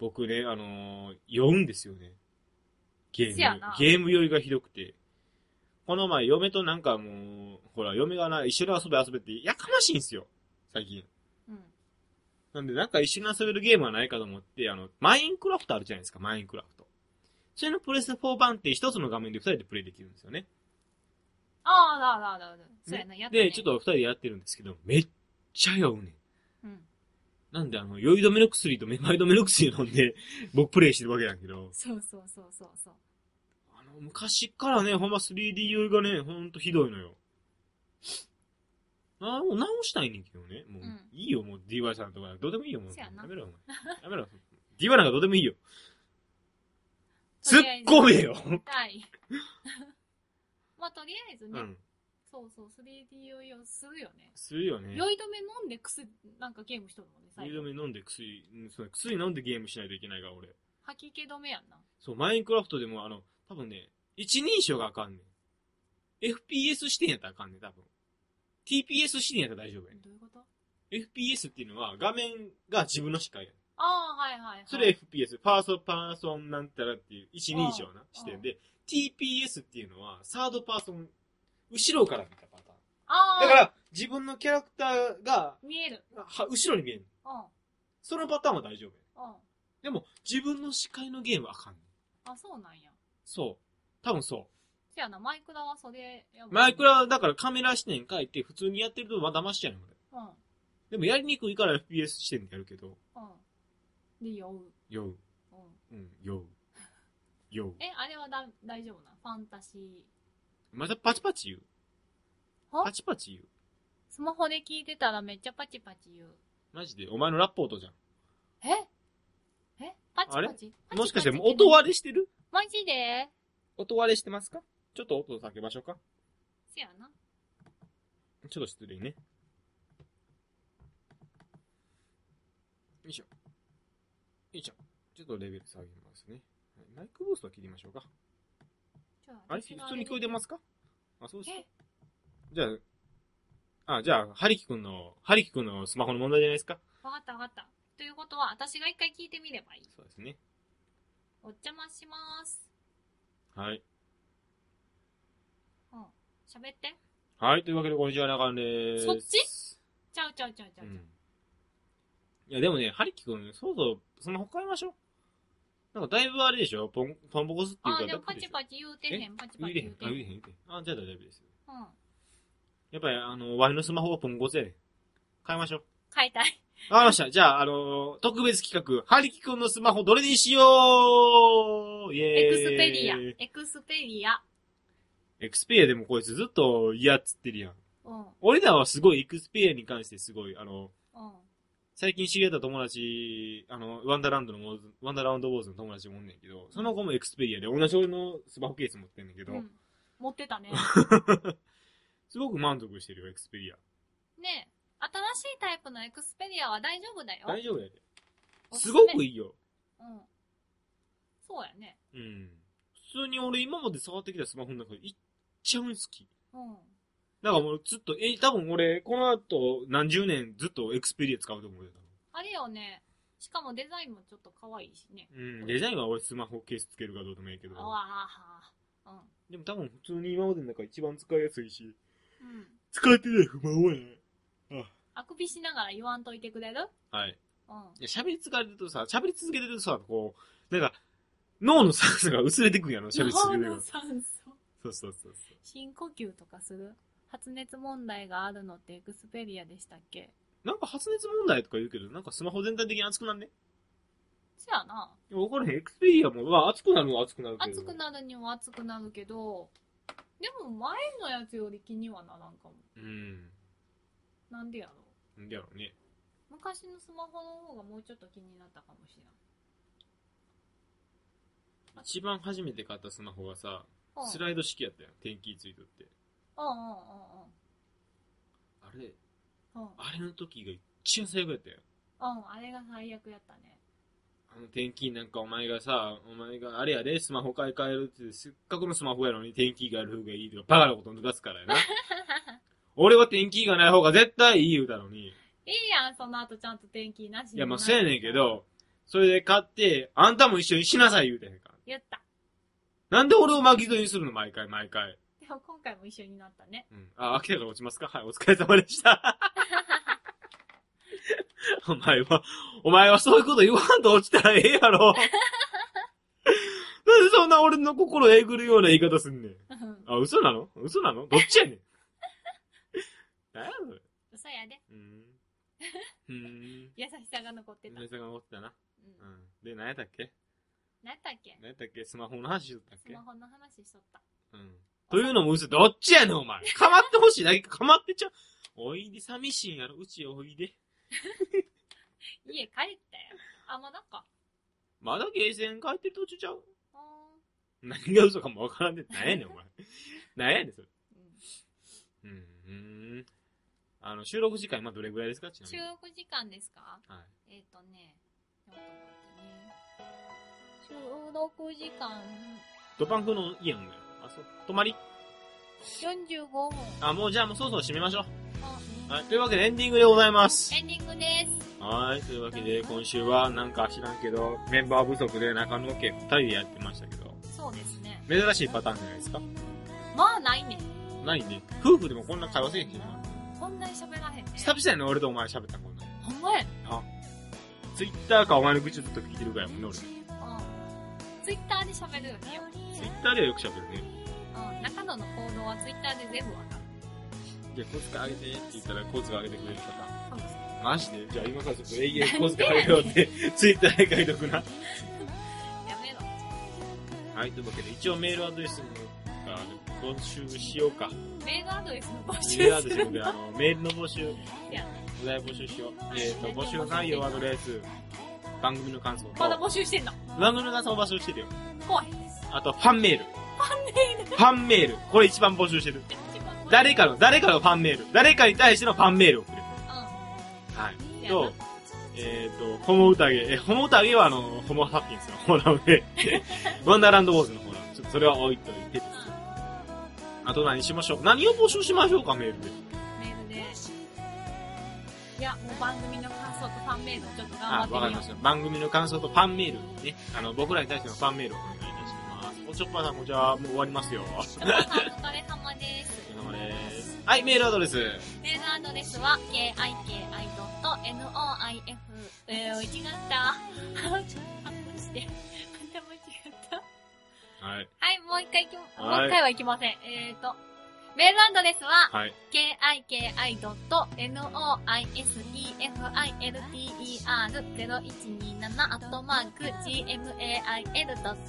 Speaker 1: 僕ね、あのー、酔うんですよね。ゲーム
Speaker 2: せやな
Speaker 1: 酔い。ゲーム酔いがひどくて。この前、嫁となんかもう、ほら、嫁がな、一緒に遊べ遊べって、やかましいんですよ。最近。
Speaker 2: うん。
Speaker 1: なんで、なんか一緒に遊べるゲームはないかと思って、あの、マインクラフトあるじゃないですか、マインクラフト。それのプレス4版って一つの画面で二人でプレイできるんですよね。
Speaker 2: ああ、だだだだ。そうやな、やったね
Speaker 1: で、ちょっと二人でやってるんですけど、めっちゃ酔うねん。
Speaker 2: うん。
Speaker 1: なんで、あの、酔い止めの薬とめまい止めの薬飲んで、僕プレイしてるわけだけど、
Speaker 2: そうそうそうそうそう。
Speaker 1: あの、昔からね、ほんま 3D 酔いがね、ほんとひどいのよ。なお直したいねんけどね。もう、
Speaker 2: うん
Speaker 1: いいよ、もう DY さんとか、どうでもいいよ、もう。
Speaker 2: そやな
Speaker 1: やめろ、お前。やめろ。DY なんかどうでもいいよ。突っ
Speaker 2: とりあえず
Speaker 1: 込めよ。
Speaker 2: はい。 <laughs> まあ、とりあえず
Speaker 1: う
Speaker 2: ね、
Speaker 1: ん。
Speaker 2: そうそう、3D 酔いをするよね。
Speaker 1: するよね。
Speaker 2: 酔い止め飲んでくす、なんかゲームしとるもんね、
Speaker 1: 酔
Speaker 2: 最
Speaker 1: い
Speaker 2: 後
Speaker 1: 止。め飲んで薬、うんそう薬飲んでゲームしないといけないから、俺。
Speaker 2: 吐き気止めやんな。
Speaker 1: そう、マインクラフトでも、あの、多分ね、一人称があかんねん。FPS 視点やったらあかんねん、多分。TPS 視点やったら大丈夫やねん。
Speaker 2: どういうこと
Speaker 1: FPS っていうのは画面が自分の視界やねん。
Speaker 2: ああ、はいはいはい。
Speaker 1: それ FPS、パーソンパーソンなんたらっていう一人称な視点で、TPS っていうのはサードパーソン、後ろから見たパタ
Speaker 2: あ
Speaker 1: ー
Speaker 2: あ、
Speaker 1: ン。だから、自分のキャラクターが、
Speaker 2: 見える。
Speaker 1: は後ろに見える。
Speaker 2: うん、うん。
Speaker 1: そのパターンは大丈夫やねん。
Speaker 2: あ、
Speaker 1: でも、自分の視界のゲームはあかんねん。
Speaker 2: そうなんや。
Speaker 1: そう。多分そう。
Speaker 2: せやな、マイクラはそれやもんね
Speaker 1: マイクラ、だからカメラ視点変えて普通にやってるとまだましちゃうの、俺
Speaker 2: うん、うん。
Speaker 1: でもやりにくいから FPS 視点でやるけど、
Speaker 2: で、酔う。
Speaker 1: 酔う。
Speaker 2: うん。
Speaker 1: うん、酔う。酔う。
Speaker 2: え、あれはだ大丈夫なファンタジー。
Speaker 1: またパチパチ言う。
Speaker 2: は
Speaker 1: パチパチ言う。
Speaker 2: スマホで聞いてたらめっちゃパチパチ言う。
Speaker 1: マジで、お前のラップ音じゃん。
Speaker 2: ええパチパチ
Speaker 1: あれ
Speaker 2: パチパチ
Speaker 1: もしかして、音割れしてる
Speaker 2: マジで
Speaker 1: 音割れしてますかちょっと音を避けましょうか。
Speaker 2: せやな。
Speaker 1: ちょっと失礼ね。よいしょ。よいしょ。ちょっとレベル下げますね。はいマイクボーストは切りましょうか。
Speaker 2: ちょ
Speaker 1: あれ普通に聞こえてますかあ、そうですか
Speaker 2: え
Speaker 1: じゃあ、あ、じゃあ、ハリキ君の、ハリキ君のスマホの問題じゃないですか
Speaker 2: わかったわかった。ということは、私が一回聞いてみればいい。
Speaker 1: そうですね。
Speaker 2: お邪魔します。
Speaker 1: はい。
Speaker 2: うん。喋って。
Speaker 1: はい、というわけで、こんにちは、中根です。
Speaker 2: そっちちゃうちゃうちゃうちゃ
Speaker 1: う。
Speaker 2: う。ちゃうん
Speaker 1: いや、でもね、ハリキ君、そろそろスマホ変えましょう。なんか、だいぶあれでしょポン、ポンボコスっていう
Speaker 2: あ
Speaker 1: か、
Speaker 2: ー、でも
Speaker 1: だ
Speaker 2: パ
Speaker 1: いぶで
Speaker 2: チ
Speaker 1: しょ
Speaker 2: パチ言うてへん、パチパチ
Speaker 1: 言うてへ、
Speaker 2: 言うんて
Speaker 1: あ、
Speaker 2: へん。う
Speaker 1: 言う。てへん、言
Speaker 2: ん
Speaker 1: うてへん。あ、じゃあ大丈夫ですよ。やっぱり、あの、ワイのスマホはポンコツやねん。変えましょう。
Speaker 2: 変えたい。
Speaker 1: わかりました。じゃあ、あのー特別企画、ハリキ君のスマホどれにしようイェーイ
Speaker 2: エクスペリア。エクスペリア。
Speaker 1: エクスペリアでもこいつずっと嫌っつってるやん。
Speaker 2: うん。うん。
Speaker 1: 俺らはすごいエクスペリアに関してすごい、あの、
Speaker 2: あ
Speaker 1: 最近知り合った友達、あの、ワンダーランドのモーズ、ワンダーランドウォーズの友達もおんねんけど、その子もエクスペリアで同じ俺のスマホケース持ってんねんけど、
Speaker 2: うん。持ってたね。
Speaker 1: すごく満足してるよ、エクスペリア。
Speaker 2: ねえ。新しいタイプのエクスペリアは大丈夫だよ。
Speaker 1: 大丈夫やで。
Speaker 2: お
Speaker 1: す
Speaker 2: す
Speaker 1: ご
Speaker 2: め
Speaker 1: くいいよ。
Speaker 2: うん。そうやね。
Speaker 1: うん。普通に俺今まで触ってきたスマホの中でいっちゃうん好き。
Speaker 2: うん。
Speaker 1: だからもうずっと、え、多分俺、この後何十年ずっとエクスペリア使うと思うよ。
Speaker 2: あれよね。しかもデザインもちょっと可愛いしね。
Speaker 1: うん、デザインは俺スマホケースつけるかどうでもいいけど。
Speaker 2: あわあはあ。
Speaker 1: でも多分普通に今までの中一番使いやすいし、
Speaker 2: うん。うん。
Speaker 1: 使ってない不満はない。
Speaker 2: あくびしながら言わんといてくれる
Speaker 1: はい。
Speaker 2: うん。
Speaker 1: いや喋り疲れるとさ、喋り続けてるとさ、こう、なんか、脳の酸素が薄れてくんやろ、喋り続けて
Speaker 2: 脳
Speaker 1: る
Speaker 2: の酸素。
Speaker 1: と。そうそうそうそ
Speaker 2: 深呼吸とかする発熱問題があるのってエクスペリアでしたっけ
Speaker 1: う。なんか発熱問題とか言うけど、なんかスマホ全体的に熱くなんね。
Speaker 2: そやな。
Speaker 1: いやわからへん。エクスペリアも、まあ熱くなるは熱くなるけど。
Speaker 2: 熱くなるには熱くなるけど、でも前のやつより気にはならんかも。
Speaker 1: うん。
Speaker 2: なんでやろう。
Speaker 1: なんでやろうね。
Speaker 2: 昔のスマホの方がもうちょっと気になったかもしれない。
Speaker 1: 一番初めて買ったスマホがさ、
Speaker 2: うん
Speaker 1: スライド式やったやん。天気ついとって。
Speaker 2: うんうん
Speaker 1: あれ、
Speaker 2: うんうん。うん。
Speaker 1: あれの時が一番最後やったやん。
Speaker 2: うん、あれが最悪やったね。 <laughs>
Speaker 1: あの天気なんかお前がさ、お前があれやで、スマホ買い替えるって、せっかくのスマホやのに天気がある方がいいとか、バカなこと抜かすからやな。俺は天気がない方が絶対いい言うたのに。い
Speaker 2: いいやん、その後ちゃんと天気なし
Speaker 1: や、まあ、そうやねんけ。ど、それで買って、あんたも一緒にしなさい言うてへんから。
Speaker 2: 言った。
Speaker 1: なんで俺を巻き添えにするの毎回毎回。
Speaker 2: ででも今回も一緒になったね。 <laughs>
Speaker 1: うん。あ、明らかに落ちますかはい、お疲れ様でした。 <laughs> お前は、お前はそういうこと言わんと落ちたらええやろ。なんでそんな俺の心えぐるような言い方すんねん。
Speaker 2: うん
Speaker 1: あ、嘘なの嘘なのどっちや
Speaker 2: <laughs>
Speaker 1: ねん。何やそれ。
Speaker 2: 嘘やで。
Speaker 1: うん。うん。
Speaker 2: 優しさが残ってた。う
Speaker 1: 久
Speaker 2: ん。
Speaker 1: 々が思ってたな。うん。で、何やったっけ
Speaker 2: 何やったっけ
Speaker 1: 何やったっけスマホの話しとったっ
Speaker 2: ス
Speaker 1: け
Speaker 2: マホの話しとった。
Speaker 1: うん。というのも嘘。どっちやねん、お
Speaker 2: <laughs>
Speaker 1: 前。かまってほしいだけか、かまってちゃう。おいで、寂しいんやろ。うちおいで。
Speaker 2: 家帰ったよ。あ、まだか。
Speaker 1: まだゲーセン帰ってる途中ちゃう
Speaker 2: う
Speaker 1: 何が嘘かもわからんねん。何やねん、お
Speaker 2: <laughs>
Speaker 1: 前。何やねん、それ。
Speaker 2: ーんうん
Speaker 1: うーん。あの、収録時間今どれぐらいですかちなみ
Speaker 2: 収
Speaker 1: に。
Speaker 2: 録時間ですか
Speaker 1: はい。
Speaker 2: えっ、とね、ちょっと待ってね。収録時間
Speaker 1: ドパンクの家なんだよ。あ、そう。泊まり
Speaker 2: 45分。
Speaker 1: あ、もうじゃあもうそろそろ締めましょ
Speaker 2: あ
Speaker 1: う。はい。というわけでエンディングでございます。
Speaker 2: エンディングです。
Speaker 1: はい。というわけで、今週はなんか知らんけど、メンバー不足で中野家二人でやってましたけど、
Speaker 2: そうですね。
Speaker 1: 珍しいパターンじゃないですか
Speaker 2: まあないね。
Speaker 1: ないね。夫婦でもこんな会話せえへんしな。
Speaker 2: こんなに喋らへんね。
Speaker 1: 久々やね、俺とお前喋ったのこんなの。
Speaker 2: ほんまやね。
Speaker 1: ツイッターかお前の愚痴をずっと聞いてるぐらいやもんね、俺。ツ
Speaker 2: うん。ツイッターで喋るよね。
Speaker 1: イッターではよく喋るね。
Speaker 2: うん。中野の行動はツイッターで全部わかる。
Speaker 1: じゃあ、小遣いあげてって言ったら、小遣いあげてくれる方。
Speaker 2: そうです
Speaker 1: マジでじゃあ今からちょっと永遠小遣いあげようって、ツイッターで書いとくな。
Speaker 2: やめろ。
Speaker 1: はい、というわけで、一応メールアドレスも、あの募集しようか。
Speaker 2: メールアドレスの募集
Speaker 1: メールア
Speaker 2: す
Speaker 1: ド
Speaker 2: る
Speaker 1: レスもで、あの、メールの募集。
Speaker 2: や
Speaker 1: お題募集しよう。えっ、と、募集内容はとりあえず、番組の感想と
Speaker 2: ま、だ募集してんの。
Speaker 1: 番組の感想を募集してるよ。
Speaker 2: 怖い。
Speaker 1: あと、ファンメール。ファンメールこれ一番募集してる。誰かの、誰かのファンメール。誰かに対してのファンメールを送る。はい。
Speaker 2: うん。や
Speaker 1: と、えっ、と、ホモ宴。え、ホモ宴はあの、ホモハッピンスの方なの <laughs> で、ワンダーランドウォーズの方なので、ちょっとそれは置いといて。
Speaker 2: な
Speaker 1: あと何しましょう何を募集しましょうか、メールで。
Speaker 2: うんメールで。いや、もう番組の感想とファンメールをちょっと
Speaker 1: あ、
Speaker 2: 頑
Speaker 1: わか
Speaker 2: 張
Speaker 1: り
Speaker 2: って
Speaker 1: ま
Speaker 2: み
Speaker 1: し
Speaker 2: よ
Speaker 1: た。番組の感想とファンメールね。あの、僕らに対してのファンメールをお願いいたします。おちょっぱさんもじゃあ、もう終わりますよ。お疲
Speaker 2: う。中野さんお疲れ様です。
Speaker 1: れ様です。はい、メールアドレス。
Speaker 2: メールアドレスは、kiki.noif、えー、違った。アップして。また間違った。
Speaker 1: はい。
Speaker 2: はい、もう一回行き、も
Speaker 1: はいう
Speaker 2: 一回は行きません。えーと、メールアドレスは、
Speaker 1: はい。
Speaker 2: kiki.noisefilter0127-gmail.com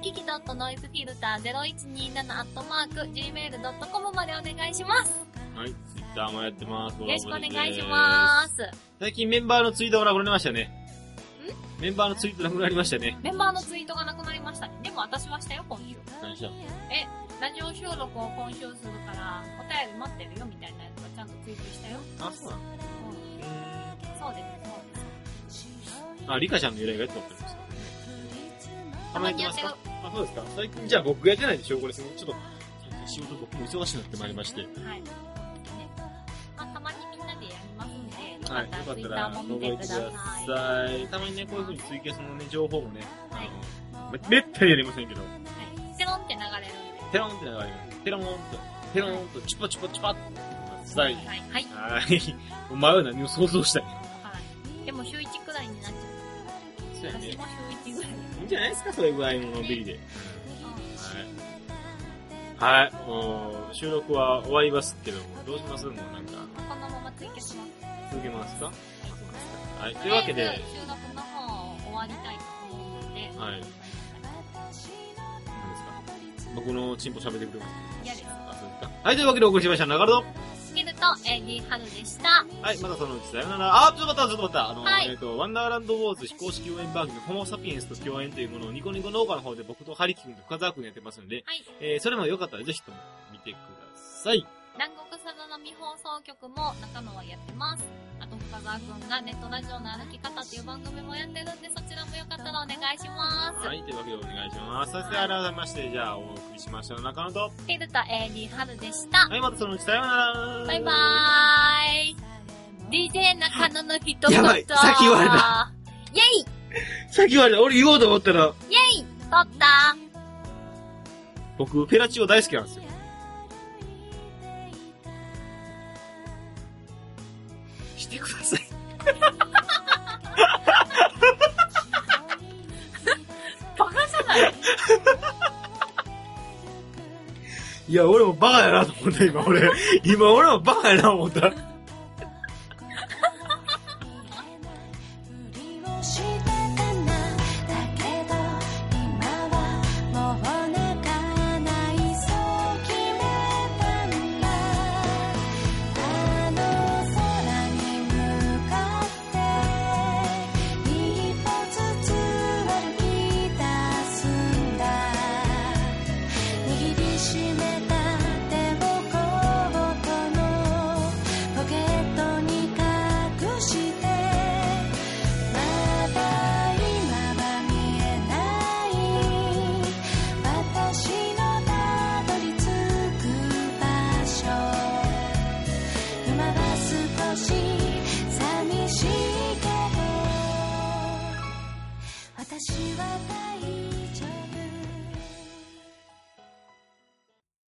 Speaker 2: キキ .noisefilter0127-gmail.com までお願いします。
Speaker 1: はい。ツイッターもやってます。。
Speaker 2: よろしくお願いしますす。
Speaker 1: 最近メンバーのツイートがなくなりましたね。メンバーのツイートなくなりましたね。
Speaker 2: メンバーのツイートがなくなりましたね。でも私はしたよ、今週。
Speaker 1: 何した
Speaker 2: ラジオ収録を今週するから、お便り待ってるよみたいなやつはちゃんとツイートしたよ。
Speaker 1: あ、そうなの
Speaker 2: うんそうです、そうです。
Speaker 1: あ、リカちゃんの由来がやってたんですかたまにやってますか
Speaker 2: た
Speaker 1: あ、そうですか。最近じゃあ僕がやってないでしょこれすごい。ちょっと、最近仕事僕も忙しくなってまいりまして。
Speaker 2: はい。ねまあ、たまにみんなでやりますんで、よか
Speaker 1: はい、
Speaker 2: っ
Speaker 1: よかった
Speaker 2: たらツイッター
Speaker 1: ら
Speaker 2: も見
Speaker 1: 覗
Speaker 2: て
Speaker 1: いて
Speaker 2: く
Speaker 1: く
Speaker 2: ださ
Speaker 1: だ
Speaker 2: い。
Speaker 1: さい。たまにね、こういう風にツイキャスのね、情報もね、あ
Speaker 2: はい
Speaker 1: の、め、めったにやりませんけど、
Speaker 2: はい。ペロンって流れるんで。
Speaker 1: ペロンって流れる。ペロンと、ペロンと、チュパチュパチュパってください。
Speaker 2: はい。はい。
Speaker 1: はい。お前は何を想像したい
Speaker 2: はい。でも週1くらいになっちゃ
Speaker 1: そう
Speaker 2: う。
Speaker 1: やね。
Speaker 2: 私も週1ぐらい。
Speaker 1: いいんじゃないですかそれぐらいののんびりで。
Speaker 2: うん
Speaker 1: はい。はい、もう収録は終わりますけども、どうしますもうなんか、
Speaker 2: このままツイキャスも。
Speaker 1: 続けますかはい、というわけで
Speaker 2: とりあえ、ず収録の方を終わりたいと思うので、
Speaker 1: はい。何ですか僕のチンポ喋ってくれます
Speaker 2: 嫌です。
Speaker 1: あ、そうですかはい、というわけでお送りしました、中野と。
Speaker 2: スキルと、えー、リーハルでした。
Speaker 1: はい、またそのうちさよなら。あ、ちょっと待った、ちょっと待った。あの、
Speaker 2: はい
Speaker 1: えっ、と、ワンダーランドウォーズ非公式応援番組、ホモサピエンスと共演というものをニコニコ農家の方で僕とハリキ君と深沢君やってますので、
Speaker 2: はい。
Speaker 1: えー、それもよかったらぜひとも見てください。
Speaker 2: 南国さざ波放送局も中野はやってます。あと、深沢くんがネットラジオの歩き方っていう番組もやってるんで、そちらもよかったらお願いします。
Speaker 1: はい、というわけでお願いします。そして、改めまして、じゃあ、お送りしました中野と、
Speaker 2: フィルター AD 春でした。
Speaker 1: はい、またそのうちさようなら。
Speaker 2: バイバーイ。DJ 中野の一言。
Speaker 1: やばい先言われた。
Speaker 2: イェイ
Speaker 1: さっき言われた、俺言おうと思ったら、
Speaker 2: 取った
Speaker 1: 僕、ペラチオ大好きなん
Speaker 2: <laughs>
Speaker 1: ですよ。してください。
Speaker 2: バカじゃない
Speaker 1: いや、俺もバカやなと思った、今俺。今俺もバカやな思った。
Speaker 3: 握りしめた手をコートのポケットに隠してまだ今は見えない私のたどり着く場所今は少し寂しいけど私は